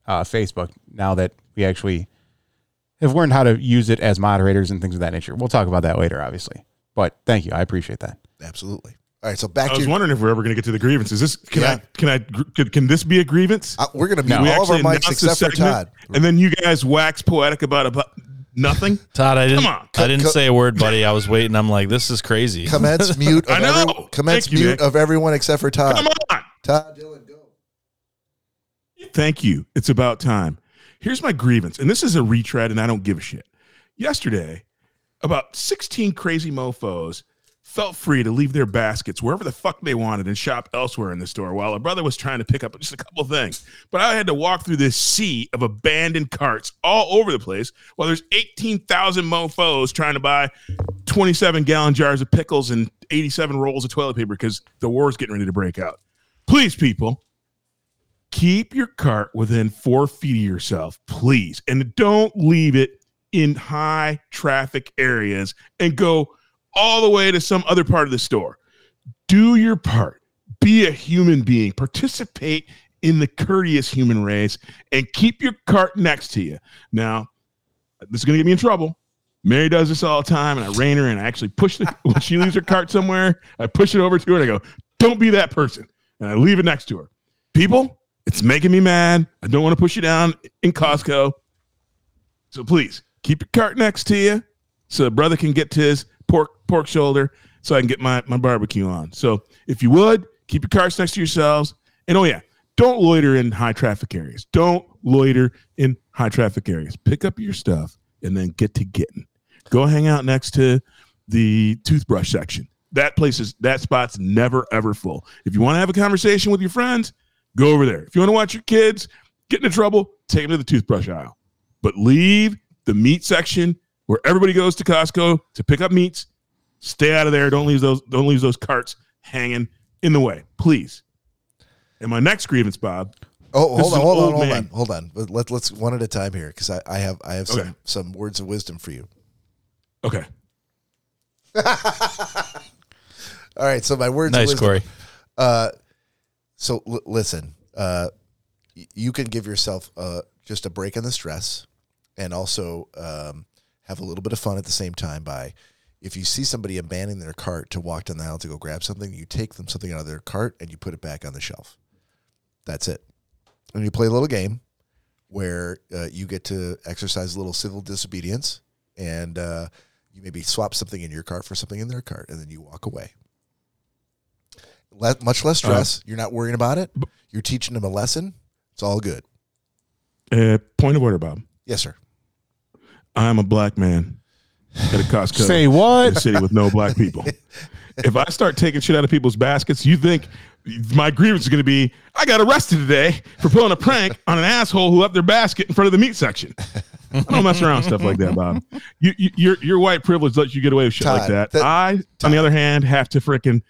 S3: uh, Facebook now that we actually have learned how to use it as moderators and things of that nature. We'll talk about that later, obviously. But thank you, I appreciate that.
S1: Absolutely. All right. So back
S4: I
S1: to
S4: was
S1: your,
S4: wondering if we're ever going to get to the grievances. This can
S1: Yeah.
S4: I can I can, can this be a grievance?
S1: uh, we're gonna mute
S4: We
S1: all of our mics
S4: actually announced the
S1: except for
S4: segment,
S1: Todd.
S4: and then you guys wax poetic about about nothing.
S5: Todd, I didn't.
S4: Come on.
S5: I didn't
S1: Co-
S5: say a word, buddy. I was waiting. I'm like, this is crazy.
S1: Commence mute. Of
S4: I know.
S1: every- commence
S4: Thank you,
S1: mute
S4: Nick.
S1: of everyone except for Todd.
S4: Come on.
S1: Todd Dylan, go.
S4: Thank you. It's about time. Here's my grievance, and this is a retread, and I don't give a shit. Yesterday, about 16 crazy mofos felt free to leave their baskets wherever the fuck they wanted and shop elsewhere in the store while a brother was trying to pick up just a couple things. But I had to walk through this sea of abandoned carts all over the place while there's 18,000 mofos trying to buy 27 gallon jars of pickles and 87 rolls of toilet paper because the war's getting ready to break out. Please, people, keep your cart within four feet of yourself, please. And don't leave it in high traffic areas and go all the way to some other part of the store. Do your part. Be a human being. Participate in the courteous human race and keep your cart next to you. Now, this is going to get me in trouble. Mary does this all the time, and I rein her, and I actually push the when she leaves her cart somewhere, I push it over to her, and I go, "Don't be that person," and I leave it next to her. People, it's making me mad. I don't want to push you down in Costco, so please keep your cart next to you, so the brother can get to his pork pork shoulder so I can get my, my barbecue on. So if you would, keep your cars next to yourselves. And oh, yeah, don't loiter in high traffic areas. Don't loiter in high traffic areas. Pick up your stuff and then get to getting. Go hang out next to the toothbrush section. That place is that spot's never ever full. If you want to have a conversation with your friends, go over there. If you want to watch your kids get into trouble, take them to the toothbrush aisle but leave the meat section where everybody goes to Costco to pick up meats. Stay out of there. Don't leave those. Don't leave those carts hanging in the way, please. And my next grievance, Bob.
S1: Oh,
S4: This
S1: hold
S4: is
S1: on,
S4: an
S1: hold on,
S4: old
S1: hold
S4: man.
S1: on, hold on. But Let, let's one at a time here because I, I have I have some
S4: Okay.
S1: some words of wisdom for you.
S4: Okay,
S1: All right, so my words. of
S5: Nice,
S1: wisdom.
S5: Corey.
S1: So l- listen, uh, y- you can give yourself uh, just a break on the stress, and also um, have a little bit of fun at the same time. By if you see somebody abandoning their cart to walk down the aisle to go grab something, you take them something out of their cart and you put it back on the shelf. That's it. And you play a little game where uh, you get to exercise a little civil disobedience, and uh, you maybe swap something in your cart for something in their cart, and then you walk away. Le- much less
S4: Uh-huh.
S1: stress. You're not worrying about it. You're teaching them a lesson. It's all good.
S4: uh, point of order, Bob.
S1: Yes, sir.
S4: I'm a black man at a Costco.
S3: Say
S4: in a
S3: what?
S4: city with no black people. if I start taking shit out of people's baskets, you think my grievance is going to be I got arrested today for pulling a prank on an asshole who left their basket in front of the meat section. I don't mess around with stuff like that, Bob. You, you, your your white privilege lets you get away with shit like
S1: Todd,
S4: that.
S1: that-
S4: I, on the other hand, have to frickin'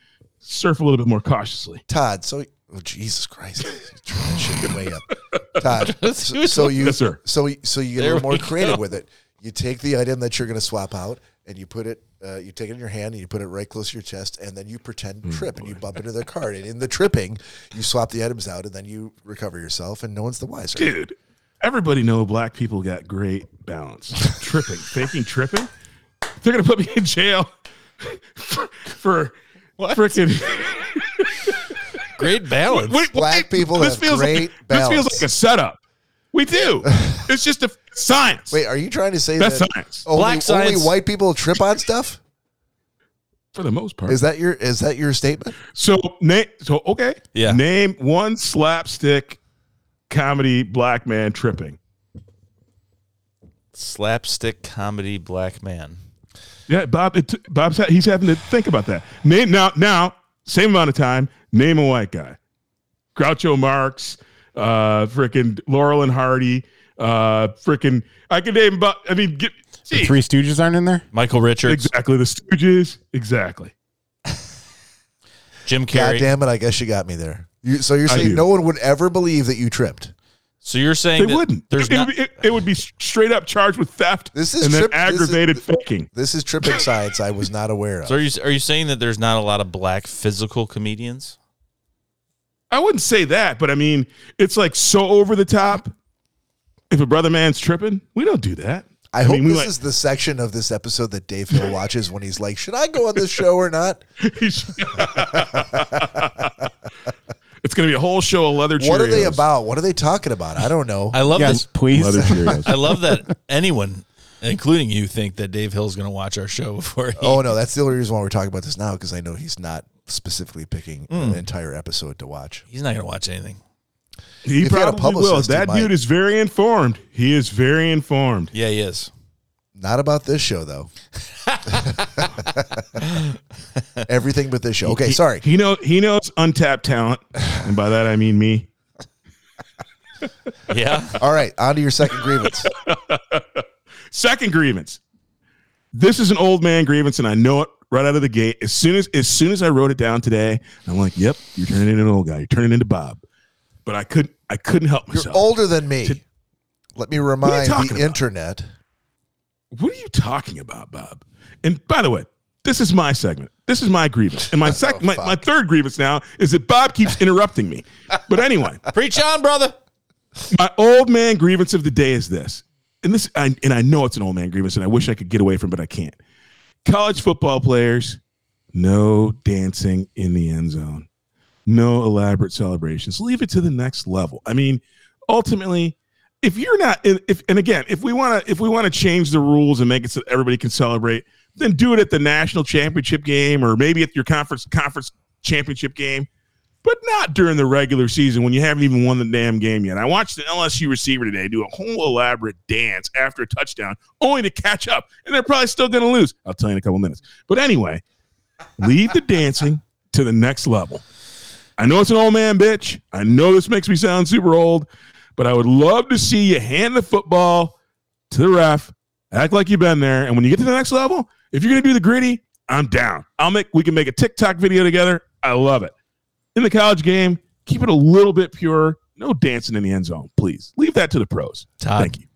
S4: surf a little bit more cautiously.
S1: Todd, so oh, Jesus Christ, turn that shit way up. Todd, so, so you
S4: Yes, sir.
S1: so you- so you get
S5: There
S1: a little more
S5: we
S1: creative
S5: go.
S1: with it. You take the item that you're going to swap out, and you put it. Uh, you take it in your hand and you put it right close to your chest, and then you pretend
S4: Mm.
S1: trip and you bump into their cart. And in the tripping, you swap the items out, and then you recover yourself, and no one's the wiser.
S4: Dude, everybody know black people got great balance. tripping, faking tripping. They're going to put me in jail for, for frickin'
S5: Great balance.
S4: Wait,
S1: Black people have great
S4: like, This feels
S1: balance.
S4: like a setup. We do. it's just a f- science.
S1: Wait, oh, are you trying to say
S4: That's
S1: that
S4: science.
S1: only,
S5: Black science.
S1: only white people trip on stuff?
S4: for the most part.
S1: Is that your is that your statement?
S4: so name. So okay.
S5: Yeah.
S4: Name one slapstick comedy black man tripping.
S5: Slapstick comedy black man.
S4: Yeah, Bob. It, t- Bob's ha- he's having to think about that. Name now. Now, same amount of time. Name a white guy. Groucho Marx, uh, freaking Laurel and Hardy, uh, freaking. I could name. Bob, I mean, get,
S3: The
S4: geez.
S3: Three Stooges aren't in there.
S5: Michael Richards,
S4: exactly the Stooges. Exactly.
S5: Jim
S1: God
S5: Carrey.
S1: damn it! I guess you got me there. You, so you're
S4: I do.
S1: saying no one would ever believe that you tripped?
S5: So you're
S4: They
S5: saying that
S4: wouldn't.
S5: There's
S4: it,
S5: not,
S4: would be, it, it would be straight up charged with theft
S1: This is
S4: and then
S1: trip- this is-
S4: aggravated faking.
S1: This is tripping science I was not aware of.
S5: so are you are you saying that there's not a lot of black physical comedians?
S4: I wouldn't say that, but I mean, it's like so over the top. If a brother man's tripping, we don't do that.
S1: I, hope
S4: mean, we
S1: this
S4: like-
S1: is the section of this episode that Dave Hill watches when he's like, "Should I go on this show or not?"
S4: it's going to be a whole show of leather. Cheerios.
S1: What are they about? What are they talking about? I don't know.
S5: I love
S3: Yes,
S5: this.
S3: please.
S4: Leather Cheerios.
S5: I love that anyone, including you, think that Dave Hill's going to watch our show before. He,
S1: oh no, that's the only reason why we're talking about this now because I know he's not specifically picking
S4: Hmm.
S1: an entire episode to watch.
S5: he's not going to watch anything.
S4: he
S1: If he had a
S4: probably will.
S1: publicist, he
S4: That
S1: might.
S4: dude is very informed. He is very informed.
S5: Yeah, he is.
S1: Not about this show though. Everything but this show. Okay,
S4: He-
S1: sorry.
S4: He know he knows untapped talent, and by that I mean me.
S5: Yeah.
S1: All right, on to your second grievance.
S4: Second grievance. This is an old man grievance, and I know it right out of the gate. As soon as as soon as I wrote it down today, I'm like, "Yep, you're turning into an old guy. You're turning into Bob." But I couldn't I couldn't help
S1: You're
S4: myself.
S1: older than me.
S4: To-
S1: Let me remind the
S4: talking about?
S1: internet.
S4: What are you talking about, Bob? And by the way, this is my segment. This is my grievance, and
S5: Oh,
S4: my sec- my, my third grievance now is that Bob keeps interrupting me. But anyway,
S5: Preach on, brother.
S4: my old man grievance of the day is this, and this, I, and I know it's an old man grievance, and I wish I could get away from, it, but I can't. College football players, no dancing in the end zone, no elaborate celebrations. Leave it to the next level. I mean, ultimately, if you're not, if and again, if we want to, if we want to change the rules and make it so everybody can celebrate, then do it at the national championship game or maybe at your conference conference championship game, but not during the regular season when you haven't even won the damn game yet. I watched an LSU receiver today do a whole elaborate dance after a touchdown, only to catch up, and they're probably still going to lose. I'll tell you in a couple minutes. But anyway, leave the dancing to the next level. I know it's an old man bitch. I know this makes me sound super old, but I would love to see you hand the football to the ref, act like you've been there, and when you get to the next level, if you're gonna do the gritty, I'm down. I'll make we can make a TikTok video together. I love it. In the college game, keep it a little bit pure. No dancing in the end zone, please. Leave that to the pros.
S5: Todd.
S4: Thank you.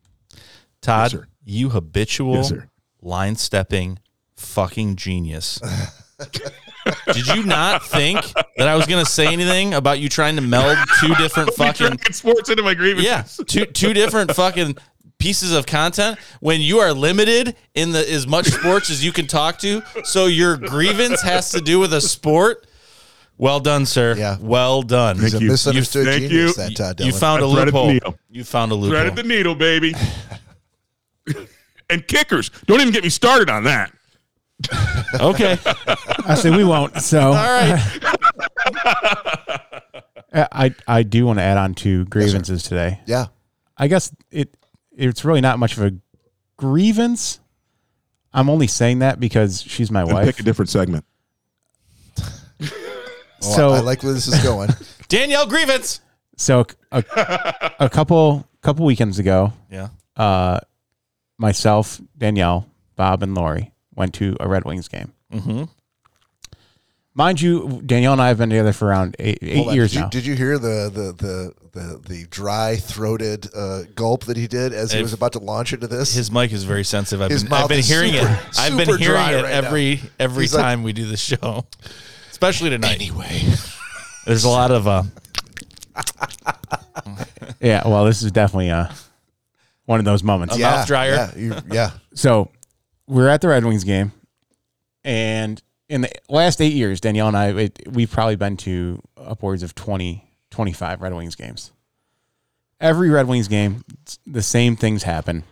S5: Todd,
S4: sir.
S5: you habitual
S4: Yes, sir.
S5: line stepping fucking genius. Did you not think that I was going to say anything about you trying to meld two different fucking
S4: Get sports into my grievances.
S5: yeah, two two different fucking pieces of content when you are limited in the as much sports as you can talk to, so your grievance has to do with a sport? Well done, sir.
S1: Yeah.
S5: Well done.
S1: He's a
S4: you.
S1: misunderstood
S4: You- thank
S1: genius,
S4: you.
S1: that uh, Todd Dillon.
S5: You found a
S4: I threaded the
S5: loophole.
S4: needle.
S5: You found a loophole.
S4: Threaded the needle, baby. and kickers. Don't even get me started on that.
S5: Okay.
S3: I say we won't. So
S5: All right.
S3: Uh, I I do want to add on to grievances today.
S1: yeah.
S3: I guess it it's really not much of a grievance. I'm only saying that because she's my
S4: And
S3: wife.
S4: pick a different segment.
S1: Oh,
S3: so
S1: I like where this is going.
S5: Danielle grievance.
S3: so a, a couple couple weekends ago,
S5: Yeah.
S3: uh, myself, Danielle, Bob, and Lori went to a Red Wings game. Mm-hmm. Mind you, Danielle and I have been together for around eight, eight
S1: Hold on.
S3: years
S1: did, you,
S3: now.
S1: did you hear the the the the, the dry throated uh, gulp that he did as he
S5: If-
S1: was about to launch into this?
S5: His mic is very sensitive. I've
S1: His
S5: been, I've
S1: mouth
S5: been
S1: is
S5: hearing
S1: super-
S5: it. I've been
S1: super
S5: hearing
S1: dry
S5: it
S1: right
S5: every every
S1: He's like-
S5: time we do this show, especially tonight. Anyway, there's a lot of uh,
S3: yeah, well, this is definitely uh, one of those moments.
S5: Yeah. mouth dryer.
S1: Yeah, you- yeah.
S3: So we're at the Red Wings game, and in the last eight years, Danielle and I, it, we've probably been to upwards of 20, 25 Red Wings games. Every Red Wings game, it's- the same things happen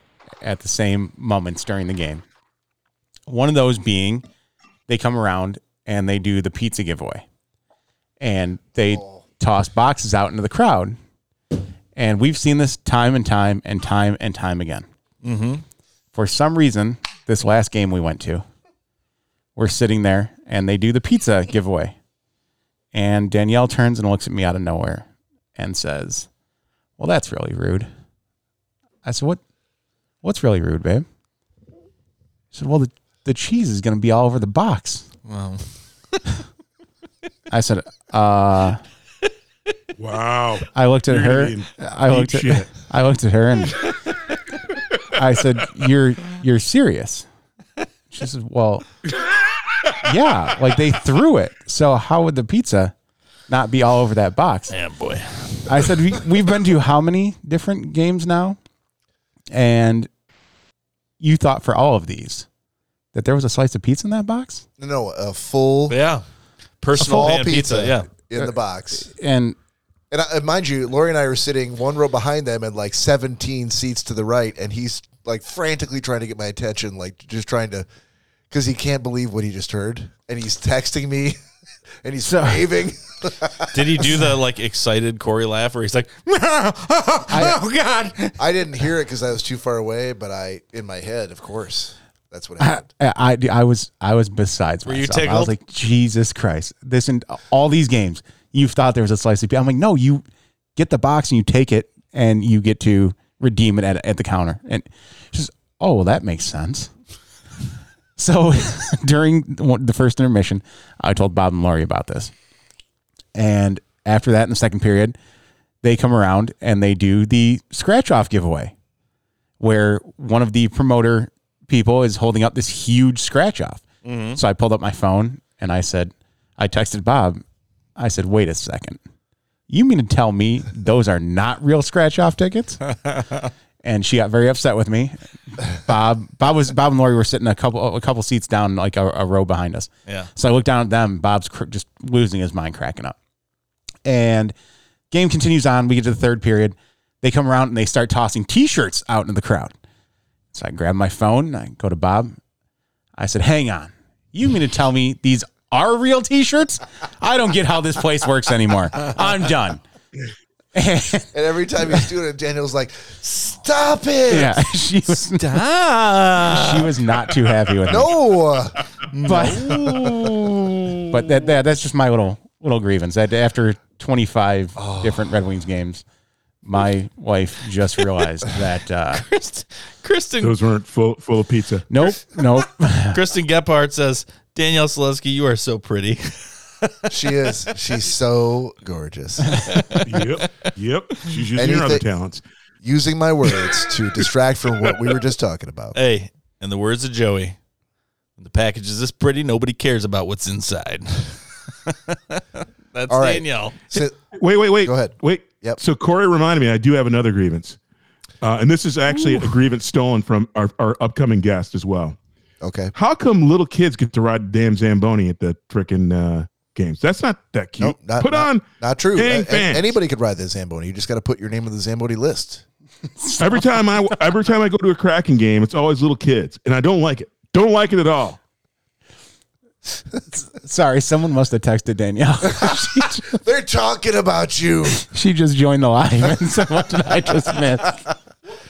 S3: at the same moments during the game. One of those being they come around and they do the pizza giveaway and they toss boxes out into the crowd. And we've seen this time and time and time and time again for some reason, this last game we went to, we're sitting there and they do the pizza giveaway. And Danielle turns and looks at me out of nowhere and says, Well, that's really rude. I said, What what's really rude, babe? She said, Well, the, the cheese is gonna be all over the box.
S5: well,
S3: I said, uh
S4: Wow.
S3: I looked at
S4: You're gonna
S3: her.
S4: be in
S3: I
S4: deep
S3: looked at
S4: shit.
S3: I looked at her and I said, "You're you're serious?" She said, "Well, yeah, like they threw it. So how would the pizza not be all over that box?"
S5: yeah, boy.
S3: I said, we, "We've been to how many different games now?" And you thought for all of these that there was a slice of pizza in that box?
S1: No, no, a full
S5: Yeah, personal
S1: full
S5: pan pizza. Yeah,
S1: in the box.
S3: And
S1: And I, and mind you, Lori and I were sitting one row behind them and like 17 seats to the right, and he's like frantically trying to get my attention, like just trying to, because he can't believe what he just heard, and he's texting me, and he's waving.
S5: Did he do the like excited Corey laugh where he's like, "Oh God,
S1: I didn't hear it because I was too far away, but I in my head, of course, that's what happened.
S3: uh, I, I, I was I was besides
S5: you
S3: myself. I was
S5: tickled?
S3: like, Jesus Christ! This and all these games, you've thought there was a slice of pizza. I'm like, no, you get the box and you take it and you get to redeem it at, at the counter. And just oh, well, that makes sense. So during one- the first intermission, I told Bob and Laurie about this, and after that, in the second period, they come around and they do the scratch off giveaway where one of the promoter people is holding up this huge scratch off. So I pulled up my phone and I said, I texted Bob. I said, wait a second. You mean to tell me those are not real scratch off tickets? and she got very upset with me. Bob, Bob was Bob and Lori were sitting a couple a couple seats down, like a, a row behind us.
S5: Yeah.
S3: So I looked down at them. Bob's cr- just losing his mind, cracking up. And game continues on. We get to the third period. They come around and they start tossing T-shirts out into the crowd. So I grab my phone. I go to Bob. I said, hang on. You mean to tell me these are real t shirts? I don't get how this place works anymore. I'm done.
S1: And every time he's doing it, Daniel's like, "Stop it!
S3: yeah. She was, she was not too happy with me.
S1: No,
S3: But, but that, that that's just my little little grievance. That after 25 different Red Wings games, my wife just realized that uh,
S5: Kristen, Kristen,
S4: Those weren't full full of pizza.
S3: nope, nope.
S5: Kristen Gephardt says, Danielle Selesky, you are so pretty.
S1: she is. She's so gorgeous."
S4: yep, yep. She's using her other
S1: Anything-
S4: talents.
S1: Using my words to distract from what we were just talking about.
S5: hey, in the words of Joey, when the package is this pretty, nobody cares about what's inside. That's
S1: All right.
S5: Danielle.
S1: So-
S4: Wait, wait, wait.
S1: Go ahead.
S4: Wait.
S1: Yep.
S4: So Corey reminded me, I do have another grievance, uh, and this is actually a grievance stolen from our, our upcoming guest as well.
S1: okay.
S4: How come little kids get to ride the damn zamboni at the frickin' uh, games? That's not that cute.
S1: Nope, not,
S4: Put
S1: not-
S4: on
S1: Not true.
S4: dang
S1: A- a-
S4: fans.
S1: anybody could ride the Zamboni. You just got to put your name on the Zamboni list.
S4: every time I every time I go to a Kraken game, it's always little kids, and I don't like it. Don't like it at all.
S3: Sorry, someone must have texted Danielle. she,
S1: They're talking about you.
S3: she just joined the live. And so what did I just miss?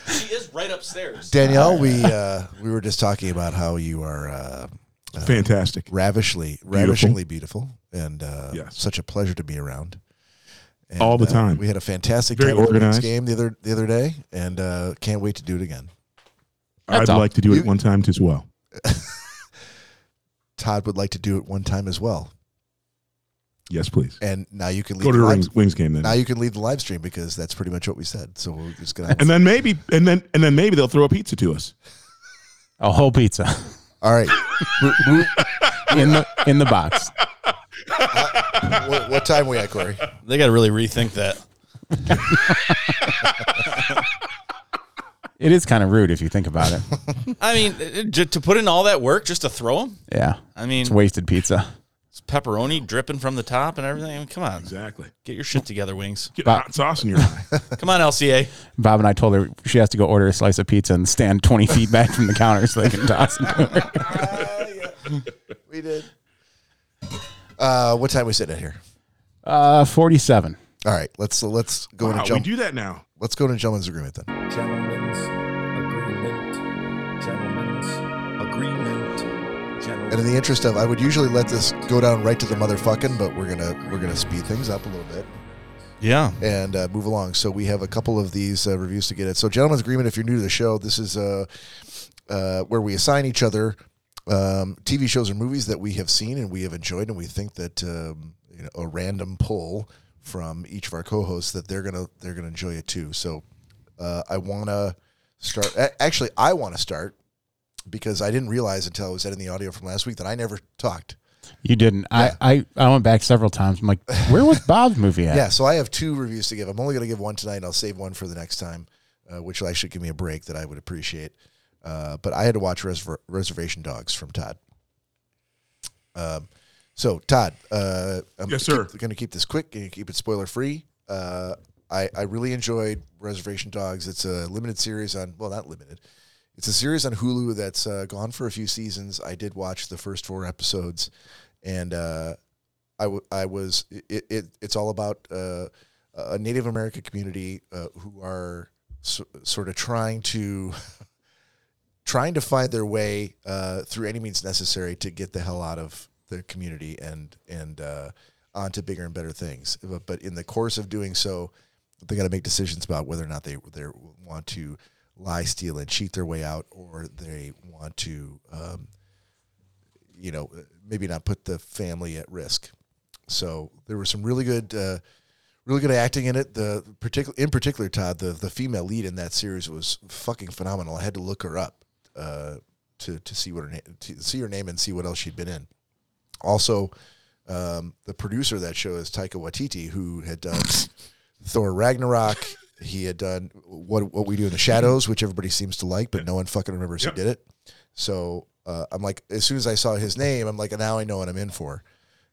S5: She is right upstairs.
S1: Danielle, we uh, we were just talking about how you are uh,
S4: Fantastic.
S1: ravishly, ravishingly beautiful, and uh,
S4: Yes.
S1: such a pleasure to be around. And,
S4: All the
S1: uh,
S4: time.
S1: we had a fantastic
S4: Very
S1: time at the Knicks
S4: organized.
S1: game the other the other day, and uh, can't wait to do it again.
S4: I'd
S3: That's all.
S4: like to do it
S1: You-
S4: one time as well.
S1: Todd would like to do it one time as well,
S4: Yes, please.
S1: and now you can leave
S4: Go to
S1: the
S4: the
S1: live,
S4: Wings, Wings game
S1: now
S4: then.
S1: you can leave the live stream because that's pretty much what we said. So we're just gonna.
S4: And then maybe and then and then maybe they'll throw a pizza to us.
S3: A whole pizza
S1: All right, Mo- mo-
S3: in the in the box.
S1: what, what time we at, Corey?
S5: They got to really rethink that.
S3: It is kind of rude if you think about it.
S5: I mean, it- it- ju- to put in all that work just to throw them?
S3: Yeah,
S5: I mean,
S3: it's wasted pizza.
S5: it's pepperoni dripping from the top and everything. I mean, come on.
S4: Exactly.
S5: Get your shit together, Wings.
S4: Get
S3: But-
S4: hot sauce in your eye.
S5: Come on, LCA.
S3: Bob and I told her she has to go order a slice of pizza and stand twenty feet back from the counter so they can toss it to her.
S1: Oh, We did. Uh, what time we sitting at here?
S3: Uh, Forty-seven.
S1: All right, let's let's go
S4: Wow,
S1: into
S4: we
S1: jump.
S4: do that now.
S1: let's go into gentleman's agreement then.
S7: Gentlemen's agreement. Gentlemen's agreement.
S1: And in
S7: Gentlemen's
S1: the interest of, I would usually let this go down right to the motherfucking, but we're gonna we're gonna speed things up a little bit
S5: Yeah.
S1: and uh, move along. So we have a couple of these uh, reviews to get at. So gentleman's agreement. If you're new to the show, this is uh, uh, where we assign each other um, TV shows or movies that we have seen and we have enjoyed, and we think that um, you know, a random pull from each of our co-hosts that they're gonna they're gonna enjoy it too. So uh, I want to start. a- Actually, I want to start because I didn't realize until I was editing the audio from last week that I never talked.
S3: You didn't. I, I I went back several times. I'm like, where was Bob's movie at?
S1: Yeah, so I have two reviews to give. I'm only going to give one tonight. and I'll save one for the next time, uh, which will actually give me a break that I would appreciate. Uh, but I had to watch Reserv- Reservation Dogs from Todd. Um, so Todd, uh, I'm
S4: Yes, sir.
S1: Going to keep this quick. Going to keep it spoiler free. Uh, I I really enjoyed Reservation Dogs. It's a limited series on well, not limited. It's a series on Hulu that's uh, gone for a few seasons. I did watch the first four episodes, and uh, I, w- I was it, it it's all about uh, a Native American community uh, who are so, sort of trying to trying to find their way uh, through any means necessary to get the hell out of their community and and uh, onto bigger and better things. But, but in the course of doing so, they got to make decisions about whether or not they they want to lie, steal, and cheat their way out, or they want to. Um, you know, maybe not put the family at risk. So there was some really good, uh, really good acting in it. The particular, in particular, Todd, the the female lead in that series was fucking phenomenal. I had to look her up uh, to to see what her na- to see her name and see what else she'd been in. Also, um, the producer of that show is Taika Waititi, who had done Thor Ragnarok. He had done what what we do in the shadows, which everybody seems to like, but no one fucking remembers
S4: Yep.
S1: who did it. So uh, I'm like, as soon as I saw his name, I'm like, now I know what I'm in for.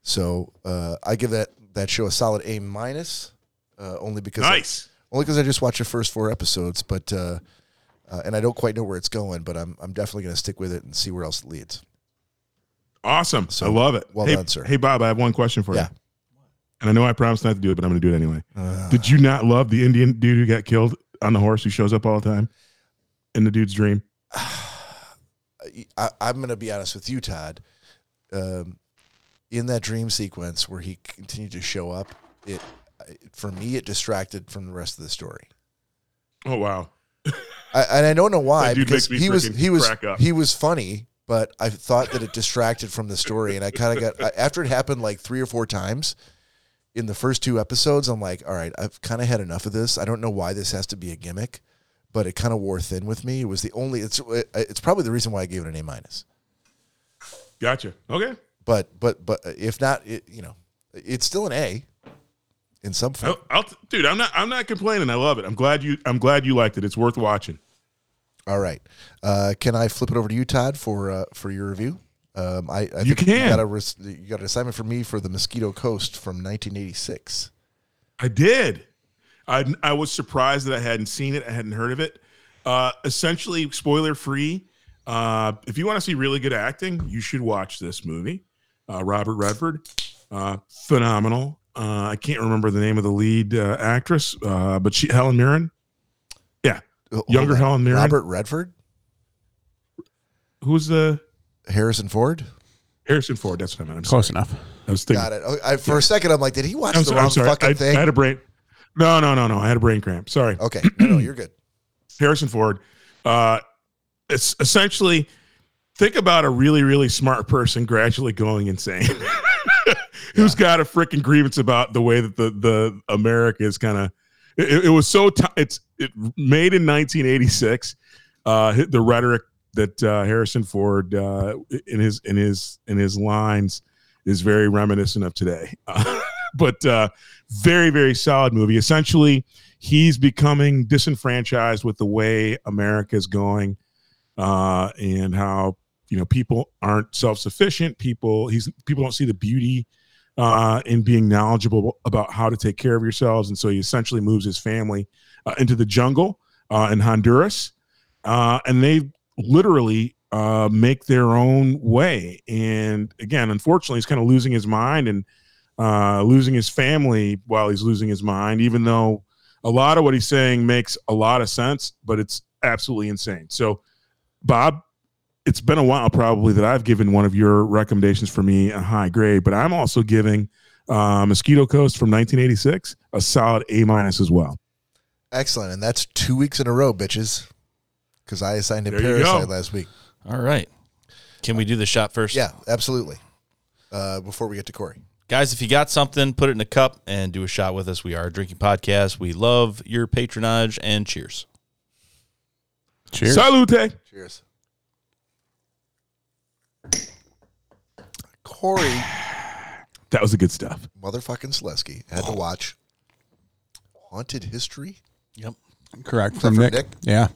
S1: So uh, I give that that show a solid A minus, uh, only because I-
S4: Nice.
S1: only because I just watched the first four episodes, but uh, uh, and I don't quite know where it's going, but I'm I'm definitely going to stick with it and see where else it leads.
S4: Awesome.
S1: So,
S4: I love it.
S1: well
S4: hey,
S1: done, sir.
S4: Hey, Bob, I have one question for
S1: Yeah. Uh.
S4: you. And I know I promised not to do it, but I'm going to do it anyway. Did you not love the Indian dude who got killed on the horse who shows up all the time in the dude's dream?
S1: I, I'm going to be honest with you, Todd. Um, in that dream sequence where he continued to show up, it for me it distracted from the rest of the story.
S4: Oh, wow.
S1: I, and I don't know why
S4: That dude
S1: because
S4: makes me
S1: he was
S4: freaking
S1: he was
S4: crack up.
S1: he was funny, but I thought that it distracted from the story, and I kind of got after it happened like three or four times in the first two episodes. I'm like, all right, I've kind of had enough of this. I don't know why this has to be a gimmick, but it kind of wore thin with me. It was the only it's it's probably the reason why I gave it an A minus.
S4: Gotcha. Okay.
S1: But but but uh, if not, it, you know, it's still an A in some form.
S4: I'll, I'll, dude, I'm not. I'm not complaining. I love it. I'm glad you. I'm glad you liked it. It's worth watching.
S1: All right. Uh, can I flip it over to you, Todd, for uh, for your review? Um, I, I
S4: You
S1: think
S4: can.
S1: You got, a res- you got an assignment for me for the Mosquito Coast from 1986.
S4: I did. I I was surprised that I hadn't seen it. I hadn't heard of it. Uh, essentially, spoiler free. Uh, if you want to see really good acting, you should watch this movie. Uh, Robert Redford, uh, phenomenal. Uh, I can't remember the name of the lead uh, actress, uh, but she Helen Mirren. Yeah,
S1: Oh, Hold
S4: Younger
S1: on.
S4: Helen Mirren.
S1: Robert Redford,
S4: who's the
S1: Harrison Ford.
S4: Harrison Ford? That's what I meant. I'm sorry.
S3: Close enough.
S4: I was thinking.
S1: Got it. Oh, I, for a second, I'm like, did he watch
S4: I'm,
S1: the
S4: so-
S1: wrong
S4: I'm sorry.
S1: fucking
S4: I,
S1: thing?
S4: I had a brain. No, no, no, no. I had a brain cramp. Sorry.
S1: okay. No, no, you're good.
S4: Harrison Ford. Uh, it's essentially think about a really, really smart person gradually going insane, who's got a freaking grievance about the way that the the America is kind of. It, it was so. T- it's it made in 1986. Uh, hit the rhetoric that uh, Harrison Ford uh, in his in his in his lines is very reminiscent of today. but uh, very very solid movie. Essentially, he's becoming disenfranchised with the way America's going uh, and how you know people aren't self sufficient. People he's people don't see the beauty uh, in being knowledgeable about how to take care of yourselves, and so he essentially moves his family uh, into the jungle uh, in Honduras, uh, and they literally. Uh, make their own way, and again, unfortunately, he's kind of losing his mind and uh, losing his family while he's losing his mind. Even though a lot of what he's saying makes a lot of sense, but it's absolutely insane. So, Bob, it's been a while probably that I've given one of your recommendations for me a high grade, but I'm also giving uh, Mosquito Coast from 1986 a solid A minus as well.
S1: Excellent. And that's two weeks in a row, bitches. Because I assigned him
S4: There you
S1: Parasite
S4: go.
S1: last week.
S5: All right. Can we do the shot first?
S1: Yeah, absolutely. Uh, before we get to Corey.
S5: Guys, if you got something, put it in a cup and do a shot with us. We are a drinking podcast. We love your patronage and cheers.
S3: Cheers.
S4: Salute.
S1: Cheers. Corey
S4: That was the good stuff.
S1: motherfucking Selesky had to
S4: Oh.
S1: watch Haunted History.
S5: Yep.
S3: Correct. From,
S1: from
S3: Nick.
S1: Nick?
S3: Yeah.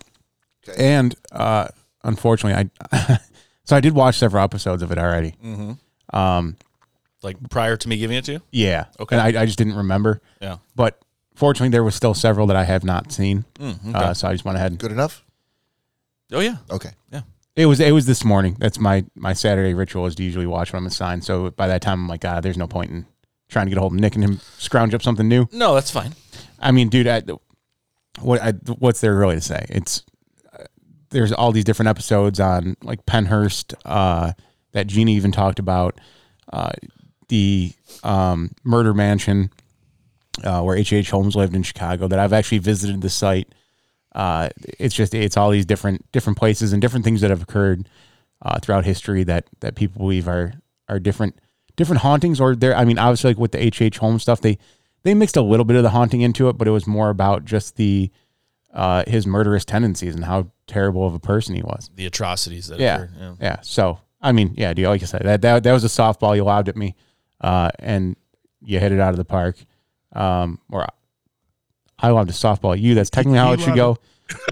S1: Okay.
S3: And uh, unfortunately, I so I did watch several episodes of it already.
S5: Like prior to me giving it to you?
S3: Yeah.
S5: Okay.
S3: And I, I just didn't remember.
S5: Yeah.
S3: But fortunately, there was still several that I have not seen. uh, so I just went ahead. And,
S1: Good enough?
S5: Oh, yeah.
S1: Okay.
S3: it was it was this morning. That's my my Saturday ritual is to usually watch when I'm assigned. So by that time, I'm like, God, there's no point in trying to get a hold of Nick and him scrounge up something new.
S5: No, that's fine.
S3: I mean, dude, I, what I, what's there really to say? It's uh, there's all these different episodes on like Penhurst uh, that Jeannie even talked about uh, the um, murder mansion uh, where H. H. Holmes lived in Chicago. That I've actually visited the site. Uh, it's just it's all these different different places and different things that have occurred uh, throughout history that that people believe are are different different hauntings or there. I mean, obviously, like with the H. H. Holmes stuff, they they mixed a little bit of the haunting into it, but it was more about just the uh, his murderous tendencies and how terrible of a person he was.
S5: The atrocities that
S3: Yeah,
S5: occurred.
S3: yeah. So I mean, yeah, dude, like I said, that that, that was a softball you lobbed at me, uh, and you hit it out of the park. Um, or I lobbed a softball at you. That's technically how
S4: He
S3: it should go.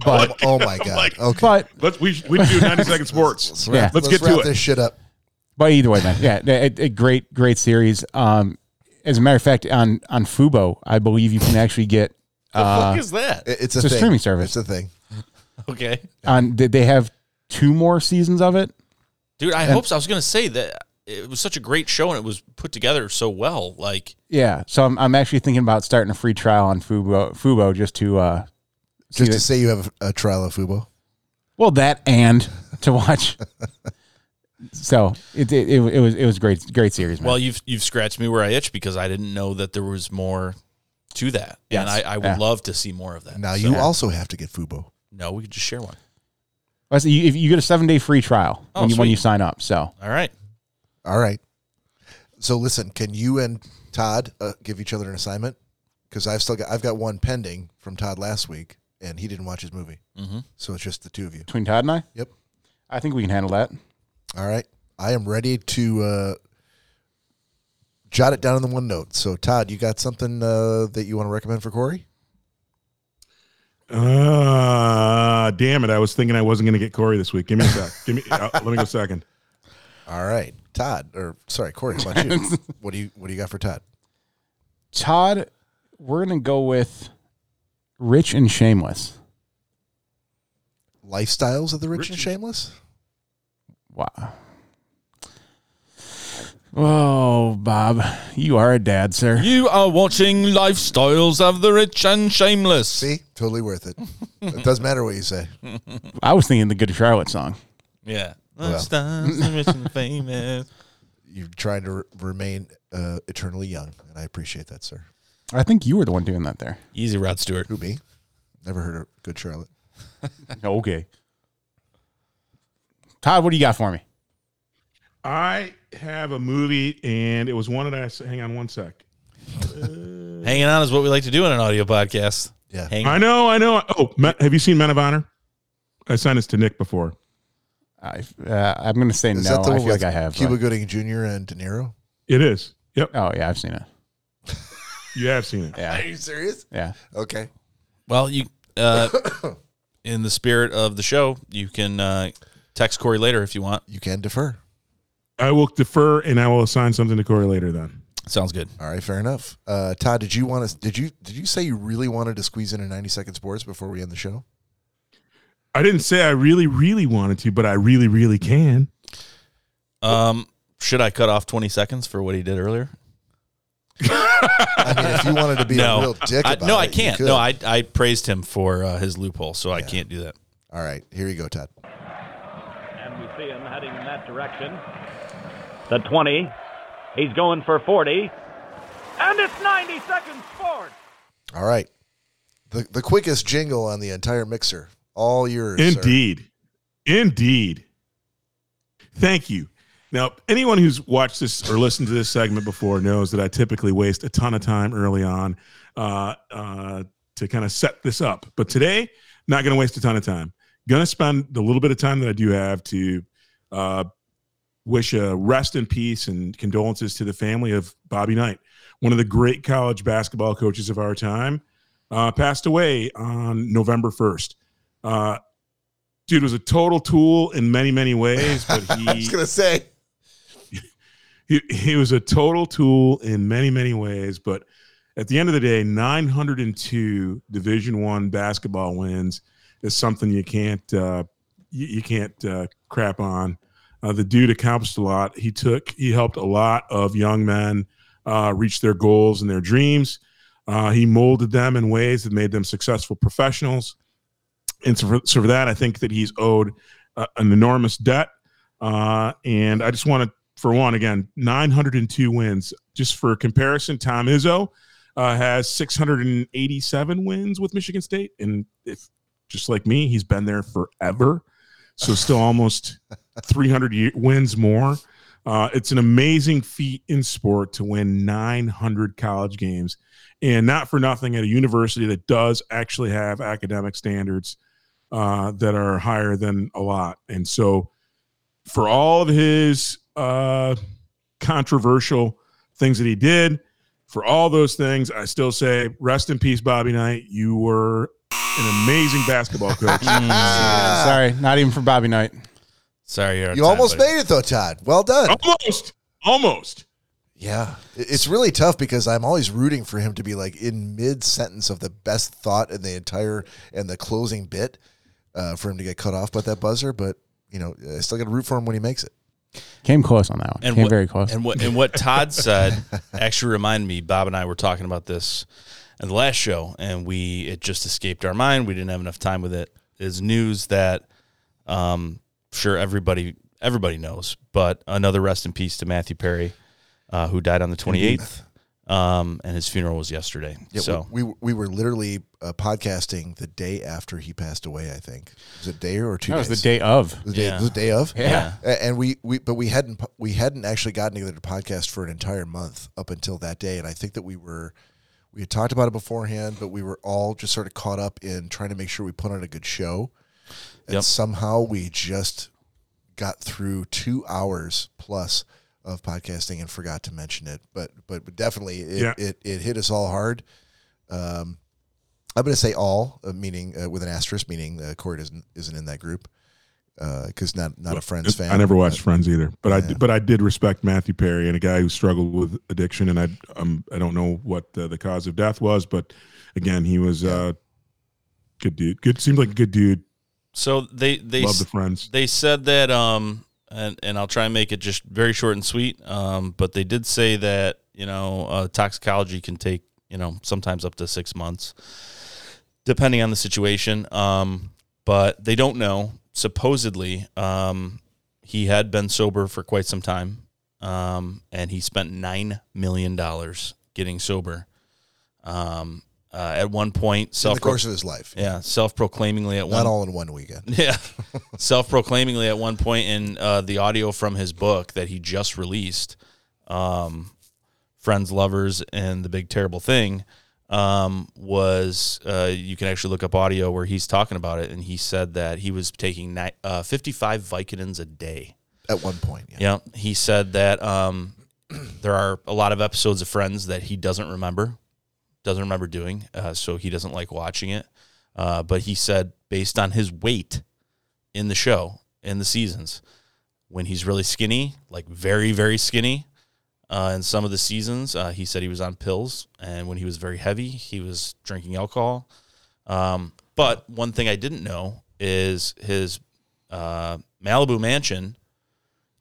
S4: lobbed-
S3: But
S1: Oh my god. okay.
S3: but
S4: Let's we should- we should do 90 second sports.
S3: Yeah.
S4: Let's get to
S1: wrap
S4: it.
S1: this shit up.
S3: But either way, man, yeah, a, a- a great, great series. Um, as a matter of fact, on on Fubo, I believe you can actually get Uh,
S5: the Oh, fuck is that?
S1: It- It's a,
S3: It's a
S1: thing.
S3: streaming
S1: It's
S3: service.
S1: a thing.
S5: Okay.
S3: on. Did they have two more seasons of it?
S5: Dude, I hope so. I was going to say that it was such a great show and it was put together so well. Like
S3: Yeah, so I'm, I'm actually thinking about starting a free trial on Fubo, Fubo just to uh, see
S1: Just
S3: that-
S1: to say you have a, a trial of Fubo.
S3: well that and to watch. so it, it it it was it was great great series. Man.
S5: Well, you've you've scratched me where I itch because I didn't know that there was more to that, and I,
S3: Yes.
S5: I would
S3: Yeah.
S5: love to see more of that.
S1: Now
S5: So,
S1: you also have to get Fubo.
S5: no, we could just share one.
S3: Well, so you, if you get a seven day free trial
S5: Oh,
S3: when, you, when
S5: sweet.
S3: you sign up. So
S5: All right,
S1: All right. So listen, can you and Todd uh, give each other an assignment? Because I've still got I've got one pending from Todd last week, and he didn't watch his movie. Mm-hmm. So it's just the two of you.
S3: between Todd and I,
S1: Yep.
S3: I think we can handle that.
S1: All right. I am ready to uh, jot it down in the OneNote. So Todd, you got something uh, that you want to recommend for Corey?
S4: Ah, damn it! I was thinking I wasn't going to get Corey this week. Give me a sec. Give me. uh, let me go second.
S1: All right, Todd, or sorry, Corey, how about you? what do you What do you got for Todd?
S3: Todd, we're gonna go with Rich and Shameless.
S1: Lifestyles of the rich and shameless.
S3: Wow. Oh, Bob, you are a dad, sir.
S5: you are watching Lifestyles of the Rich and Shameless.
S1: See, totally worth it. it doesn't matter what you say.
S3: I was thinking the Good Charlotte song.
S5: Yeah, Lifestyles of the Rich and Famous.
S1: You're trying to re- remain uh, eternally young, and I appreciate that, sir.
S3: I think you were the one doing that there.
S5: Easy, Rod Stewart.
S1: Who me? Never heard of Good Charlotte.
S3: Okay. Todd, what do you got for me?
S4: I have a movie, and it was one that I s- hang on one sec.
S5: Hanging on is what we like to do in an audio podcast.
S1: Yeah.
S5: Hang
S4: I know, I know. Oh, Me- have you seen Men of Honor? I signed this to Nick before.
S3: I, uh, I'm going to say
S1: Is
S3: no. I feel
S1: with
S3: like I have.
S1: Cuba
S3: but-
S1: Gooding Jr. and De Niro?
S4: It is. Yep,
S3: oh, yeah, I've seen it.
S4: you have seen it.
S1: Are
S3: Yeah.
S1: you serious?
S3: Yeah.
S1: Okay.
S5: Well, you, uh, in the spirit of the show, you can uh, text Corey later if you want.
S1: You can defer.
S4: I will defer, and I will assign something to Corey later. Then
S5: Sounds good.
S1: All right, fair enough. Uh, Todd, did you want to? Did you did you say you really wanted to squeeze in a ninety second sports before we end the show?
S4: I didn't say I really, really wanted to, but I really, really can.
S5: Um, should I cut off twenty seconds for what he did earlier?
S1: I mean, if you wanted to be a real dick,
S5: I,
S1: about
S5: no,
S1: it,
S5: I
S1: you
S5: can't.
S1: could.
S5: No, I I praised him for uh, his loophole, so I can't do that.
S1: All right, here you go, Todd.
S8: And we see him heading in that direction. The 20. He's going for 40. And it's 90 seconds forward.
S1: All right, the the quickest jingle on the entire mixer, all yours. sir.
S4: Indeed. Indeed. Thank you. Now, anyone who's watched this or listened to this segment before knows that I typically waste a ton of time early on uh, uh, to kind of set this up. But today, not going to waste a ton of time. Going to spend the little bit of time that I do have to uh, wish a rest in peace and condolences to the family of Bobby Knight, one of the great college basketball coaches of our time. Uh, passed away on November 1st. Uh, dude was a total tool in many many ways but
S1: I was
S4: he,
S1: gonna say
S4: he he was a total tool in many many ways but at the end of the day 902 division 1 basketball wins is something you can't uh, you, you can't uh, crap on uh, the dude accomplished a lot he took he helped a lot of young men uh, reach their goals and their dreams uh, he molded them in ways that made them successful professionals and so for, so for that, I think that he's owed uh, an enormous debt. Uh, and I just want to, for one, again, 902 wins. Just for comparison, Tom Izzo uh, has 687 wins with Michigan State, and if just like me, he's been there forever. So still almost 300 ye- wins more. Uh, it's an amazing feat in sport to win 900 college games, and not for nothing at a university that does actually have academic standards uh, that are higher than a lot. And so, for all of his uh, controversial things that he did, for all those things, I still say rest in peace, Bobby Knight. You were an amazing basketball coach.
S1: Ah.
S3: Uh, Sorry, not even for Bobby Knight.
S5: Sorry, you're out of
S1: you
S5: time,
S1: almost
S5: buddy.
S1: made it though, Todd. Well done.
S4: Oh. almost, almost.
S1: Yeah, It- it's really tough because I'm always rooting for him to be like in mid sentence of the best thought in the entire and the closing bit uh, for him to get cut off by that buzzer. But you know, I still got to root for him when he makes it.
S3: Came close on that one. Came
S5: what,
S3: very close.
S5: And what and what Todd said actually reminded me. Bob and I were talking about this in the last show, and we it just escaped our mind. We didn't have enough time with it. Is news that um, sure everybody everybody knows, but another rest in peace to Matthew Perry, uh, who died on the twenty eighth, um, and his funeral was yesterday.
S1: Yeah,
S5: so
S1: we, we we were literally uh, podcasting the day after he passed away. I think was it a day or two.
S3: that was the
S1: days?
S3: day of.
S1: The day,
S5: Yeah.
S1: the day of.
S3: Yeah.
S1: A- And we, we but we hadn't po- we hadn't actually gotten together to podcast for an entire month up until that day, and I think that we were we had talked about it beforehand, but we were all just sort of caught up in trying to make sure we put on a good show, and
S5: Yep.
S1: somehow we just got through two hours plus of podcasting and forgot to mention it, but but, but definitely it,
S4: Yeah.
S1: it it hit us all hard. Um, I'm going to say all, uh, meaning uh, with an asterisk, meaning uh, Court isn't isn't in that group because not not a Friends fan.
S4: I never watched Friends either, but I but I did respect Matthew Perry and a guy who struggled with addiction, and I um, I don't know what uh, the cause of death was, but again, he was uh, good dude. Good seemed like a good dude.
S5: so they they
S4: Love the Friends.
S5: They said that, um, and and I'll try and make it just very short and sweet. Um, but they did say that you know uh, toxicology can take you know sometimes up to six months, depending on the situation. Um, but they don't know. Supposedly, um, he had been sober for quite some time, um, and he spent nine million dollars getting sober. Um, uh, at one point,
S1: in
S5: self
S1: the course of his life,
S5: yeah, self proclaimingly at one
S1: not all in one weekend.
S5: yeah. Self proclaimingly at one point in uh, the audio from his book that he just released, um, Friends, Lovers, and the Big Terrible Thing, um, was uh, you can actually look up audio where he's talking about it. And he said that he was taking ni- uh, 55 Vicodins a day.
S1: At one point, yeah.
S5: Yeah. He said that um, there are a lot of episodes of Friends that he doesn't remember, doesn't remember doing. Uh, so he doesn't like watching it. Uh, but he said, based on his weight in the show, in the seasons, when he's really skinny, like very, very skinny, uh, in some of the seasons, uh, he said he was on pills. And when he was very heavy, he was drinking alcohol. Um, but one thing I didn't know is his uh, Malibu mansion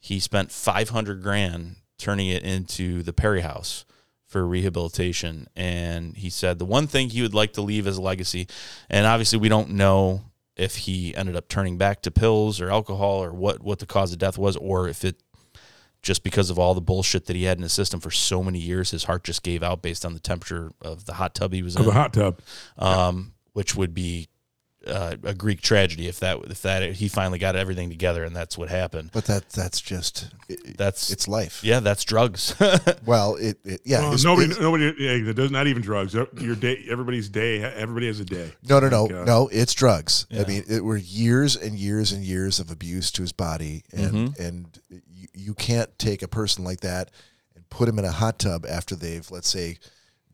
S5: he spent 500 grand turning it into the Perry House for rehabilitation. And he said the one thing he would like to leave as a legacy, and obviously we don't know if he ended up turning back to pills or alcohol or what, what the cause of death was, or if it just because of all the bullshit that he had in his system for so many years, his heart just gave out based on the temperature of the hot tub he was in
S4: Of the hot tub.
S5: um, which would be uh, a Greek tragedy if that if that he finally got everything together and that's what happened.
S1: But that that's just it,
S5: That's
S1: it's life.
S5: yeah, that's drugs.
S1: Well, it, it yeah.
S4: Well,
S1: it's-
S4: nobody,
S1: it's-
S4: nobody, yeah, it does not even drugs. Your day, everybody's day, everybody has a day.
S1: no, no, no,
S4: God.
S1: no. It's drugs. I mean, it were years and years and years of abuse to his body, and and you, you can't take a person like that and put him in a hot tub after they've let's say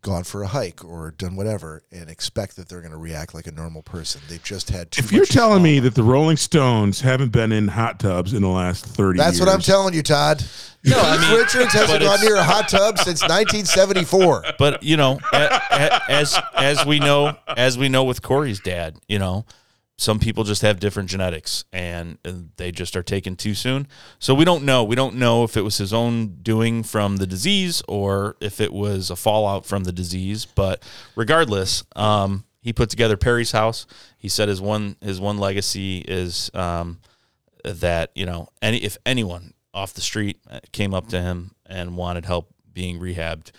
S1: gone for a hike or done whatever and expect that they're going to react like a normal person. They've just had too
S4: If you're
S1: much
S4: telling me that the Rolling Stones haven't been in hot tubs in the last thirty,
S1: That's what I'm
S4: years,
S1: telling you, Todd.
S5: No, I mean,
S1: Richards hasn't
S5: but
S1: gone
S5: it's-
S1: near a hot tub since 1974.
S5: but you know, a- a- as as we know, as we know with Corey's dad, you know, some people just have different genetics and, and they just are taken too soon. So we don't know. We don't know if it was his own doing from the disease or if it was a fallout from the disease. But regardless, um, he put together Perry's house. He said his one his one legacy is um, that you know any if anyone off the street uh, came up to him and wanted help being rehabbed,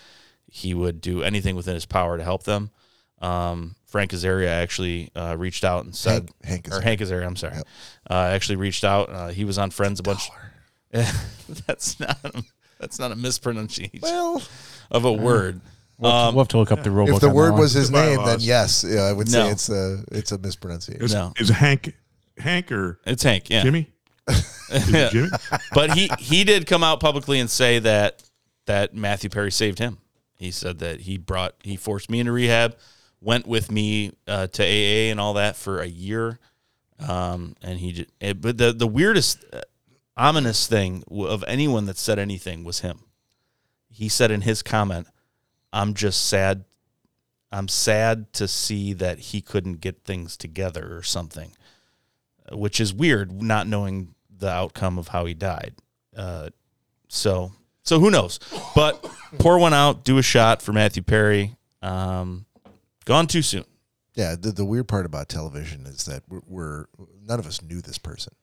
S5: he would do anything within his power to help them. Um, Frank Azaria actually uh, reached out and said,
S1: Hank- Hank
S5: or Hank Azaria, I'm sorry, uh, actually reached out. Uh, he was on Friends a bunch. that's not that's not a mispronunciation
S1: Well, uh,
S5: of a word.
S3: we'll, have to- we'll have to look up the rule
S1: if
S3: book
S1: the
S3: on
S1: word
S3: that one.
S1: was his
S4: The
S1: name, then
S4: bylaws.
S1: yes, yeah, I would say
S5: No.
S1: it's a it's a mispronunciation.
S4: Is,
S5: No.
S4: is Hank, Hank or
S5: It's Hank, yeah.
S4: Jimmy? Is it Jimmy?
S5: but he he did come out publicly and say that that Matthew Perry saved him. He said that he brought he forced me into rehab, went with me uh, to AA and all that for a year, um, and he. Just, it, but the the weirdest, uh, ominous thing w- of anyone that said anything was him. He said in his comment, "I'm just sad." I'm sad to see that he couldn't get things together or something which is weird, not knowing the outcome of how he died. Uh, so so who knows? But pour one out, do a shot for Matthew Perry. Um, gone too soon.
S1: Yeah, the, the weird part about television is that we're, we're none of us knew this person.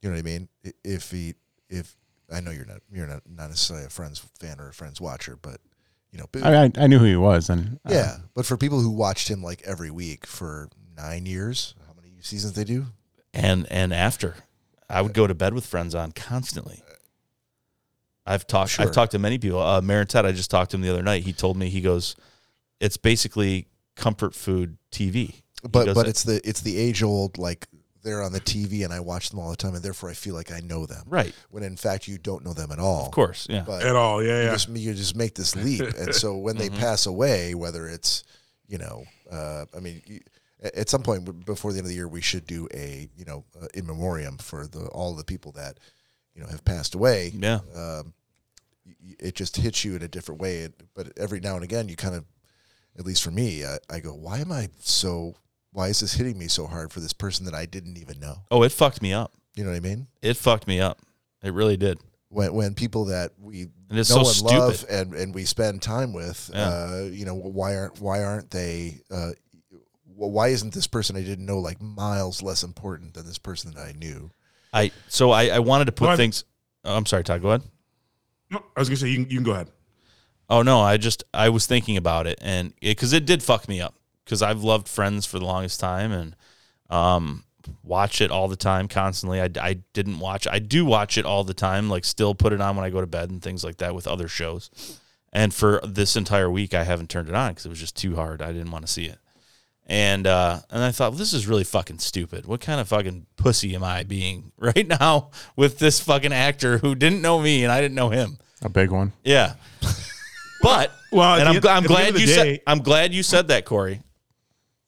S1: You know what I mean? I- If he, if I know you're not, you're not not necessarily a Friends fan or a Friends watcher, but you know, but-
S3: I, I, I knew who he was, and uh,
S1: yeah. But for people who watched him like every week for nine years, how many seasons they do?
S5: And and after, I would go to bed with friends on constantly. I've talked.
S1: Sure.
S5: I've talked to many people. Uh, Marinette, I just talked to him the other night. He told me he goes, it's basically comfort food TV. He
S1: But
S5: goes,
S1: but it's the it's the age old like they're on the TV and I watch them all the time and therefore I feel like I know them.
S5: right.
S1: When in fact you don't know them at all.
S5: Of course, yeah.
S1: But
S4: at all. Yeah,
S1: you
S4: yeah.
S1: just you just make this leap, and so when they pass away, whether it's you know, uh, I mean, you, a- at some point w- before the end of the year, we should do a you know uh, in memoriam for the all the people that you know have passed away.
S5: Yeah.
S1: Um, y- y- it just hits you in a different way, it, but every now and again, you kind of, at least for me, I, I go, why am I so? Why is this hitting me so hard for this person that I didn't even know?
S5: Oh, it fucked me up.
S1: You know what I mean?
S5: It fucked me up. It really did.
S1: when when people that we
S5: And it's
S1: know
S5: so
S1: and love
S5: stupid.
S1: and, and we spend time with,
S5: Yeah.
S1: uh, you know, why aren't why aren't they? Uh, wh- why isn't this person I didn't know like miles less important than this person that I knew?
S5: I so I, I wanted to put
S4: Well, I-
S5: things. Oh, I'm sorry, Todd. Go ahead.
S4: No, I was gonna say you can, you can go ahead.
S5: Oh no, I just I was thinking about it and because it, did fuck me up because I've loved Friends for the longest time and um watch it all the time constantly. I, I didn't watch I do watch it all the time like still put it on when I go to bed and things like that with other shows. And for this entire week I haven't turned it on cuz it was just too hard. I didn't want to see it. And uh and I thought well, this is really fucking stupid. What kind of fucking pussy am I being right now with this fucking actor who didn't know me and I didn't know him?
S3: a big one.
S5: Yeah. But
S4: Well, at
S5: and
S4: the
S5: I'm,
S4: end-
S5: gl- I'm
S4: at the end
S5: glad
S4: of the
S5: you said
S4: day-
S5: I'm glad you said that, Corey,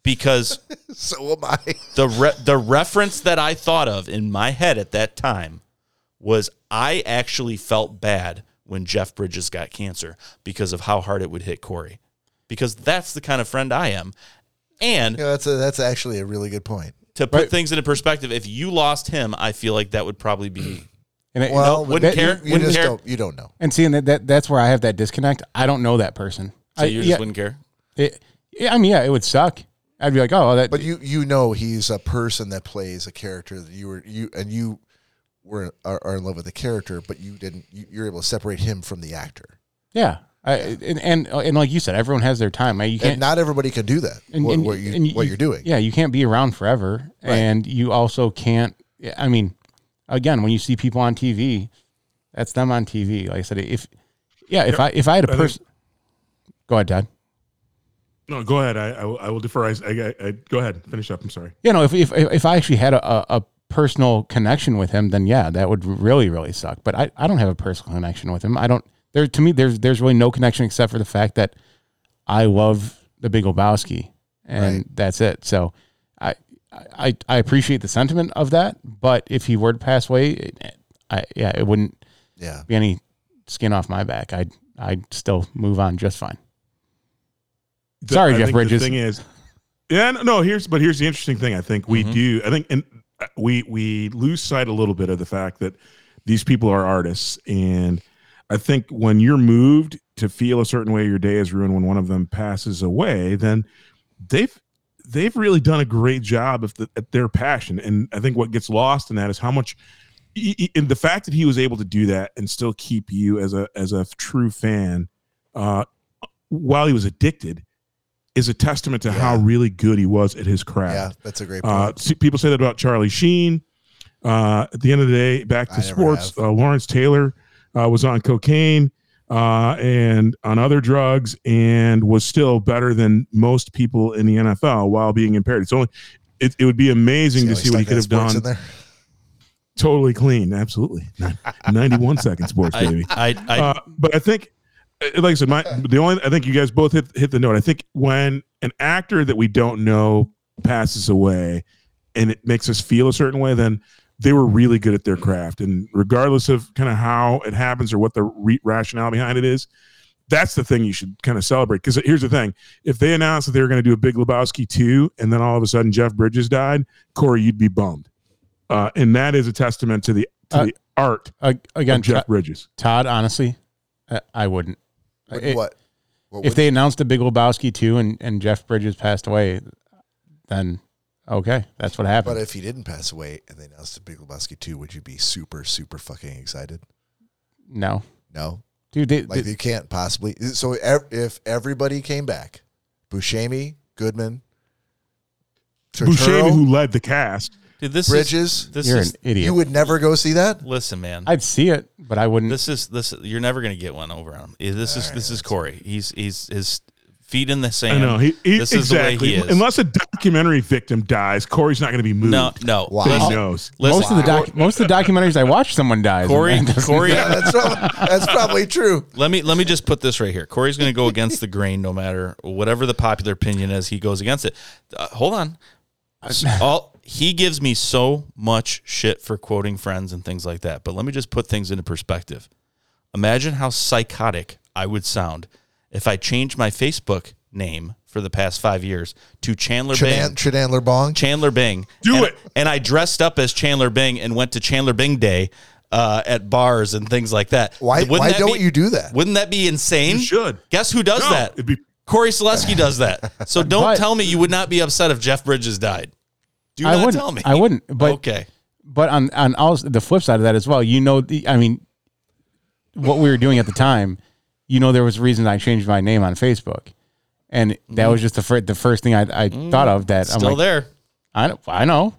S5: because
S1: So am I.
S5: the re- the reference that I thought of in my head at that time was I actually felt bad when Jeff Bridges got cancer because of how hard it would hit Corey, because that's the kind of friend I am. And
S1: You know, that's a, that's actually a really good point.
S5: to put
S3: Right.
S5: things into perspective, if you lost him, I feel like that would probably be
S3: And it,
S1: Well,
S3: you know,
S5: wouldn't
S3: that-
S5: care.
S1: You
S5: wouldn't
S1: just
S5: care.
S1: don't you don't know.
S3: And seeing that, that that's where I have that disconnect. I don't know that person. I,
S5: So you just
S3: yeah,
S5: wouldn't care.
S3: it, yeah, I mean, yeah, it would suck. I'd be like, oh, that.
S1: But you you know he's a person that plays a character that you were you and you were are, are in love with the character, but you didn't. You, you're able to separate him from the actor,
S3: yeah. I, and, and and like you said, everyone has their time. You can't
S1: and not everybody can do that.
S3: and,
S1: what,
S3: and-
S1: what you
S3: and
S1: what you're doing?
S3: Yeah, you can't be around forever, and you also can't. yeah, I mean, again, when you see people on TV, that's them on TV. Like I said, if yeah, if I if I had a
S4: think-
S3: person, go ahead, Dad.
S4: No, go ahead. I I, will- I will defer. I, I, I go ahead. Finish up. I'm sorry.
S3: You know, if if if I actually had a, a, a personal connection with him, then yeah, that would really really suck. But I, I don't have a personal connection with him. I don't there to me there's there's really no connection except for the fact that I love the Big Lebowski, and that's it. So I, I I appreciate the sentiment of that, but if he were to pass away, it, I yeah, it wouldn't
S1: Yeah.
S3: be any skin off my back. I'd I'd still move on just fine.
S4: the-
S3: Sorry,
S4: I
S3: Jeff
S4: think the
S3: Bridges.
S4: thing is, yeah, no, no, here's but here's the interesting thing. I think
S3: Mm-hmm.
S4: we do. I think and uh, we we lose sight a little bit of the fact that these people are artists, and I think when you're moved to feel a certain way, your day is ruined when one of them passes away. Then they've they've really done a great job of the, at their passion, and I think what gets lost in that is how much. e- e- And the fact that he was able to do that and still keep you as a as a true fan, uh, while he was addicted, is a testament to how really good he was at his
S1: Yeah,
S4: craft.
S1: that's a great point.
S4: Uh, see, people say that about Charlie Sheen. Uh, at the end of the day, back
S1: I
S4: to
S1: never
S4: sports,
S1: have.
S4: uh, Lawrence Taylor uh, was on cocaine uh, and on other drugs and was still better than most people in the NFL while being impaired. It's only, it, it would be amazing
S1: how
S4: to
S1: he
S4: see what he
S1: stuck that
S4: could have
S1: sports in
S4: done.
S1: there?
S4: Totally clean. Absolutely. 91 second sports, baby
S5: I I, I
S4: uh, but I think, uh, like I said, my the only I think you guys both hit hit the note. I think when an actor that we don't know passes away, and it makes us feel a certain way, then they were really good at their craft, and regardless of kind of how it happens or what the re- rationale behind it is. That's the thing you should kind of celebrate. Because here's the thing: if they announced that they were going to do a Big Lebowski two, and then all of a sudden Jeff Bridges died, Corey, you'd be bummed. Uh, and that is a testament to the to
S3: Uh,
S4: the art
S3: A- again,
S4: of Jeff
S3: Todd,
S4: Bridges.
S3: Todd, honestly, I, I wouldn't.
S1: Would
S3: It-
S1: what? What
S3: If
S1: would
S3: they announced the Big Lebowski too, and, and Jeff Bridges passed away, then okay, that's what happened.
S1: But if he didn't pass away and they announced the Big Lebowski 2, would you be super, super fucking excited?
S3: no,
S1: No.
S3: dude, they,
S1: Like,
S3: they-
S1: you can't possibly. So ev- if everybody came back, Buscemi, Goodman,
S4: Buscemi,
S1: Turturro,
S4: who led the cast,
S5: Dude, this
S1: Bridges,
S5: is this
S3: you're an
S5: is
S3: idiot.
S1: you would never go see that?
S5: listen, man.
S3: I'd see it, but I wouldn't.
S5: this is this. You're never gonna get one over on him. Eh, This is this is Corey. He's he's his feet in the sand.
S4: I know he, he-
S5: this
S4: exactly.
S5: is the way he is.
S4: Unless a documentary victim dies, Corey's not going to be moved.
S5: no, no.
S1: Wow.
S4: he
S1: I'll-
S5: Listen,
S4: knows.
S5: listen,
S3: most of the doc, most of the documentaries I watch, someone dies. and
S5: Corey,
S3: that doesn't-
S5: Corey,
S1: Yeah, that's probably, that's probably true.
S5: Let me let me just put this right here. Corey's going to go against the grain, no matter whatever the popular opinion is. He goes against it. Uh, hold on, all he gives me so much shit for quoting friends and things like that. But let me just put things into perspective. Imagine how psychotic I would sound if I changed my Facebook name for the past five years to Chandler
S1: Chidan-
S5: Bing.
S1: Chidandler Bong.
S5: Chandler Bing.
S4: Do
S5: And-
S4: it.
S5: And I dressed up as Chandler Bing and went to Chandler Bing Day. Uh, at bars and things like that.
S1: Why-
S5: Wouldn't
S1: why
S5: that
S1: don't you do that?
S5: Wouldn't that be insane?
S4: You should.
S5: Guess who does
S4: No,
S5: that?
S4: it'd be-
S5: Corey Selesky does that. So don't
S3: But-
S5: tell me you would not be upset if Jeff Bridges died. Do
S3: I
S5: not
S3: wouldn't.
S5: tell me.
S3: I wouldn't. But
S5: okay.
S3: but on on also the flip side of that as well, you know, the, I mean, what we were doing at the time, you know, there was a reason I changed my name on Facebook, and that was just the first the first thing I, I thought of that
S5: Mm. Still
S3: I'm like,
S5: there.
S3: I know, I know,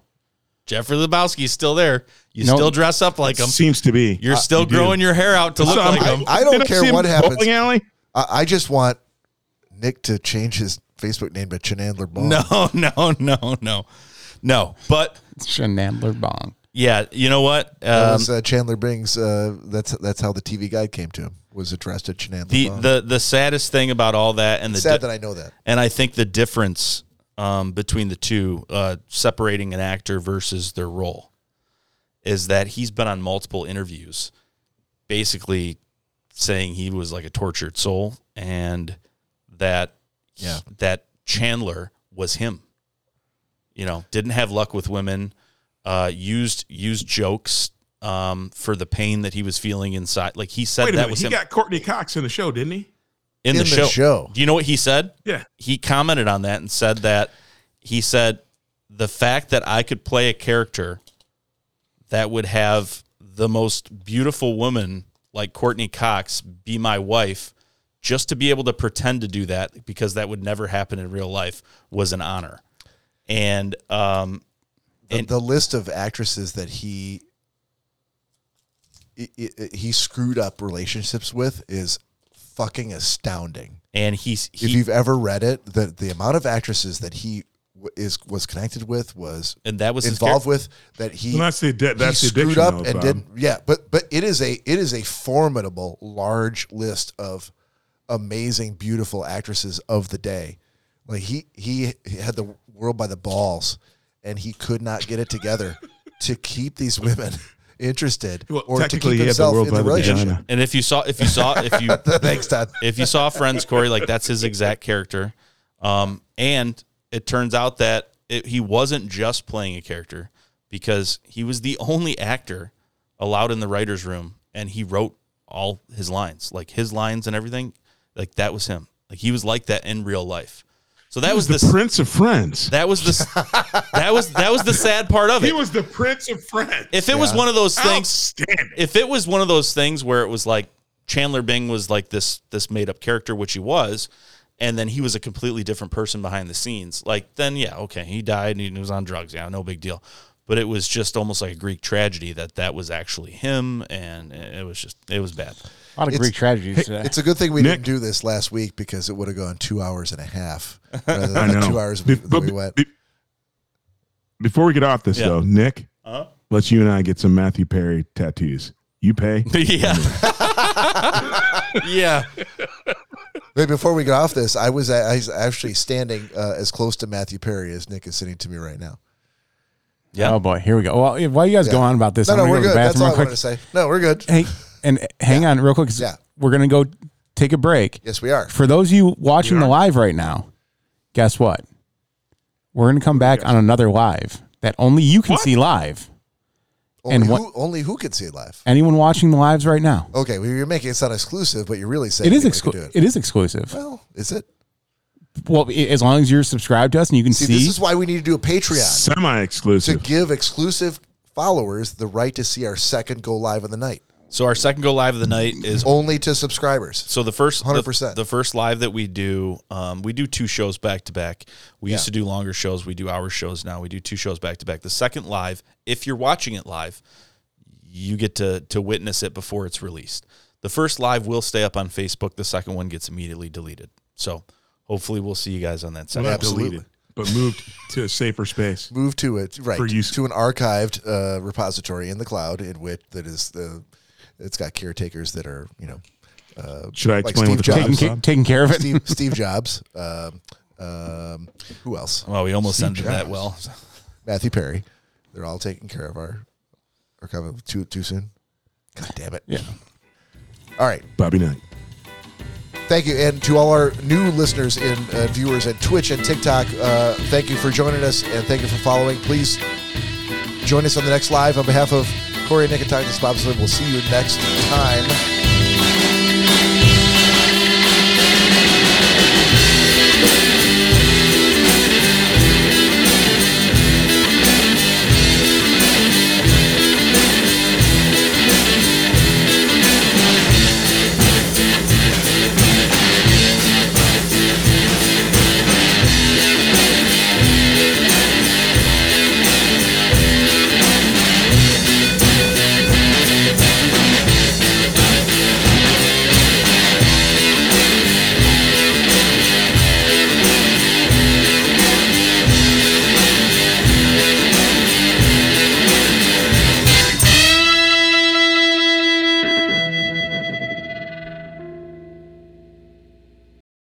S5: Jeffrey Lebowski's still there. You
S3: No.
S5: still dress up like him.
S4: Seems to be.
S5: You're still growing your hair out to look like him.
S1: I don't care what happens.
S4: Bowling alley.
S1: I, I just want Nick to change his Facebook name to Chinandler Bong.
S5: No, no, no, no. No. But
S3: Shenandler Bong.
S5: yeah, you know what?
S1: That
S5: Um,
S1: was uh, Chandler Bing's. Uh, that's that's how the TV guide came to him. Was addressed at Chinandler
S5: the,
S1: Bong.
S5: the the saddest thing about all that and the
S1: Sad
S5: di-
S1: that I know that.
S5: and I think the difference um, between the two, uh, separating an actor versus their role, is that he's been on multiple interviews, basically saying he was like a tortured soul, and that
S1: Yeah.
S5: that Chandler was him. You know, didn't have luck with women, uh, used used jokes um, for the pain that he was feeling inside. Like he said
S4: Wait a
S5: that
S4: minute.
S5: was
S4: He
S5: him
S4: got Courtney Cox in the show, didn't he?
S5: in, the,
S1: in the
S5: show.
S1: show.
S5: Do you know what he said?
S4: Yeah.
S5: he commented on that and said that he said the fact that I could play a character that would have the most beautiful woman like Courtney Cox be my wife just to be able to pretend to do that because that would never happen in real life was an honor. And um
S1: The,
S5: And-
S1: the list of actresses that he i i i- he screwed up relationships with is fucking astounding.
S5: and he's
S1: if
S5: he
S1: you've ever read it, the the amount of actresses that he w- is was connected with was
S5: and that was his
S1: involved
S5: character.
S1: with that he
S4: Well, that's the addi- that's the
S1: he screwed
S4: addiction,
S1: up
S4: though,
S1: and
S4: Bob.
S1: didn't yeah but but it is a it is a formidable large list of amazing beautiful actresses of the day like he he had the world by the balls and he could not get it together to keep these women interested
S4: Well,
S1: or to
S4: technically,
S1: keep
S4: he had the
S1: himself
S4: world
S1: in
S4: by
S1: the
S4: the
S1: relationship
S4: vagina.
S5: and if you saw if you saw if you
S1: thanks Todd
S5: if you saw Friends, Corey, like that's his exact character. Um, and it turns out that it, he wasn't just playing a character because he was the only actor allowed in the writer's room and he wrote all his lines, like his lines and everything. Like that was him. Like he was like that in real life. So that was,
S4: The
S5: the,
S4: Prince of Friends.
S5: that was the that was that was the sad part of
S4: He
S5: it.
S4: was the Prince of Friends.
S5: if it was one of those things,
S4: Outstanding.
S5: if it was one of those things where it was like Chandler Bing was like this this made up character, which he was, and then he was a completely different person behind the scenes, like then yeah, okay, he died and he was on drugs, yeah, no big deal. But it was just almost like a Greek tragedy that that was actually him, and it was just it was bad.
S3: A lot of
S1: It's-
S3: Greek tragedies today.
S1: it's a good thing we
S4: Nick.
S1: didn't do this last week because it would have gone two hours and a half rather than
S4: I
S1: the
S4: know.
S1: two hours
S4: Be-
S1: that we
S4: be-
S1: went
S4: be- before we get off this
S5: Yeah.
S4: though, Nick,
S5: Uh-huh.
S4: let's you and I get some Matthew Perry tattoos. You pay.
S5: yeah, yeah.
S1: Wait, before we get off this, I was I was actually standing uh, as close to Matthew Perry as Nick is sitting to me right now.
S5: Yeah.
S3: Oh boy, here we go. Well, while you guys go on about this,
S1: No,
S3: I'm
S1: no,
S3: gonna
S1: we're
S3: go to
S1: good.
S3: the
S1: That's
S3: bathroom
S1: all I
S3: real quick.
S1: wanted to say. No, we're good.
S3: Hey, and hang on real quick. 'cause
S1: Yeah.
S3: We're going to go take a break.
S1: Yes, we are.
S3: For those of you watching the live right now, guess what? We're going to come back on another live that only you can see live.
S1: Only,
S3: And what-
S1: who, only who could see it live.
S3: Anyone watching the lives right now?
S1: Okay, well, you're making it sound exclusive, but you're really saying
S3: It is
S1: people can
S3: exclusive.
S1: do it.
S3: It is exclusive.
S1: Well, is it?
S3: Well, i- as long as you're subscribed to us and you can
S1: See,
S3: see,
S1: this is why we need to do a Patreon
S4: Semi
S1: to
S4: exclusive.
S1: give exclusive followers the right to see our second go live of the night,
S5: So our second go live of the night is
S1: only to subscribers.
S5: so the first the-
S1: 100%.
S5: the, first live that we do. Um, we do two shows back to back. We used to do longer shows. We do hour shows now. We do two shows back to back. The second live, if you're watching it live, you get to to witness it before it's released. The first live will stay up on Facebook. The second one gets immediately deleted. So hopefully we'll see you guys on that second.
S4: Not
S1: Absolutely.
S4: deleted, but moved to a safer space.
S1: Move to it right
S4: For use-
S1: to an archived uh, repository in the cloud in which that is the it's got caretakers that are you know uh,
S4: Should I
S1: Like
S4: explain
S1: Steve
S4: what the
S1: Jobs.
S4: top
S3: taking,
S4: is?
S1: Thank you.
S3: ca-
S4: Bob?
S3: taking care of it.
S1: Steve Steve Jobs, um, um, who else?
S5: Well, we almost ended that
S1: Jobs.
S5: well.
S1: Matthew Perry. They're all taken care of. Our are coming too too soon. God damn it!
S3: Yeah.
S1: All right.
S4: Bobby Knight.
S1: Thank you, and to all our new listeners and uh, viewers at Twitch and TikTok, uh, thank you for joining us and thank you for following. Please join us on the next live on behalf of Corey Nicotakis, Bob Slim. We'll see you next time.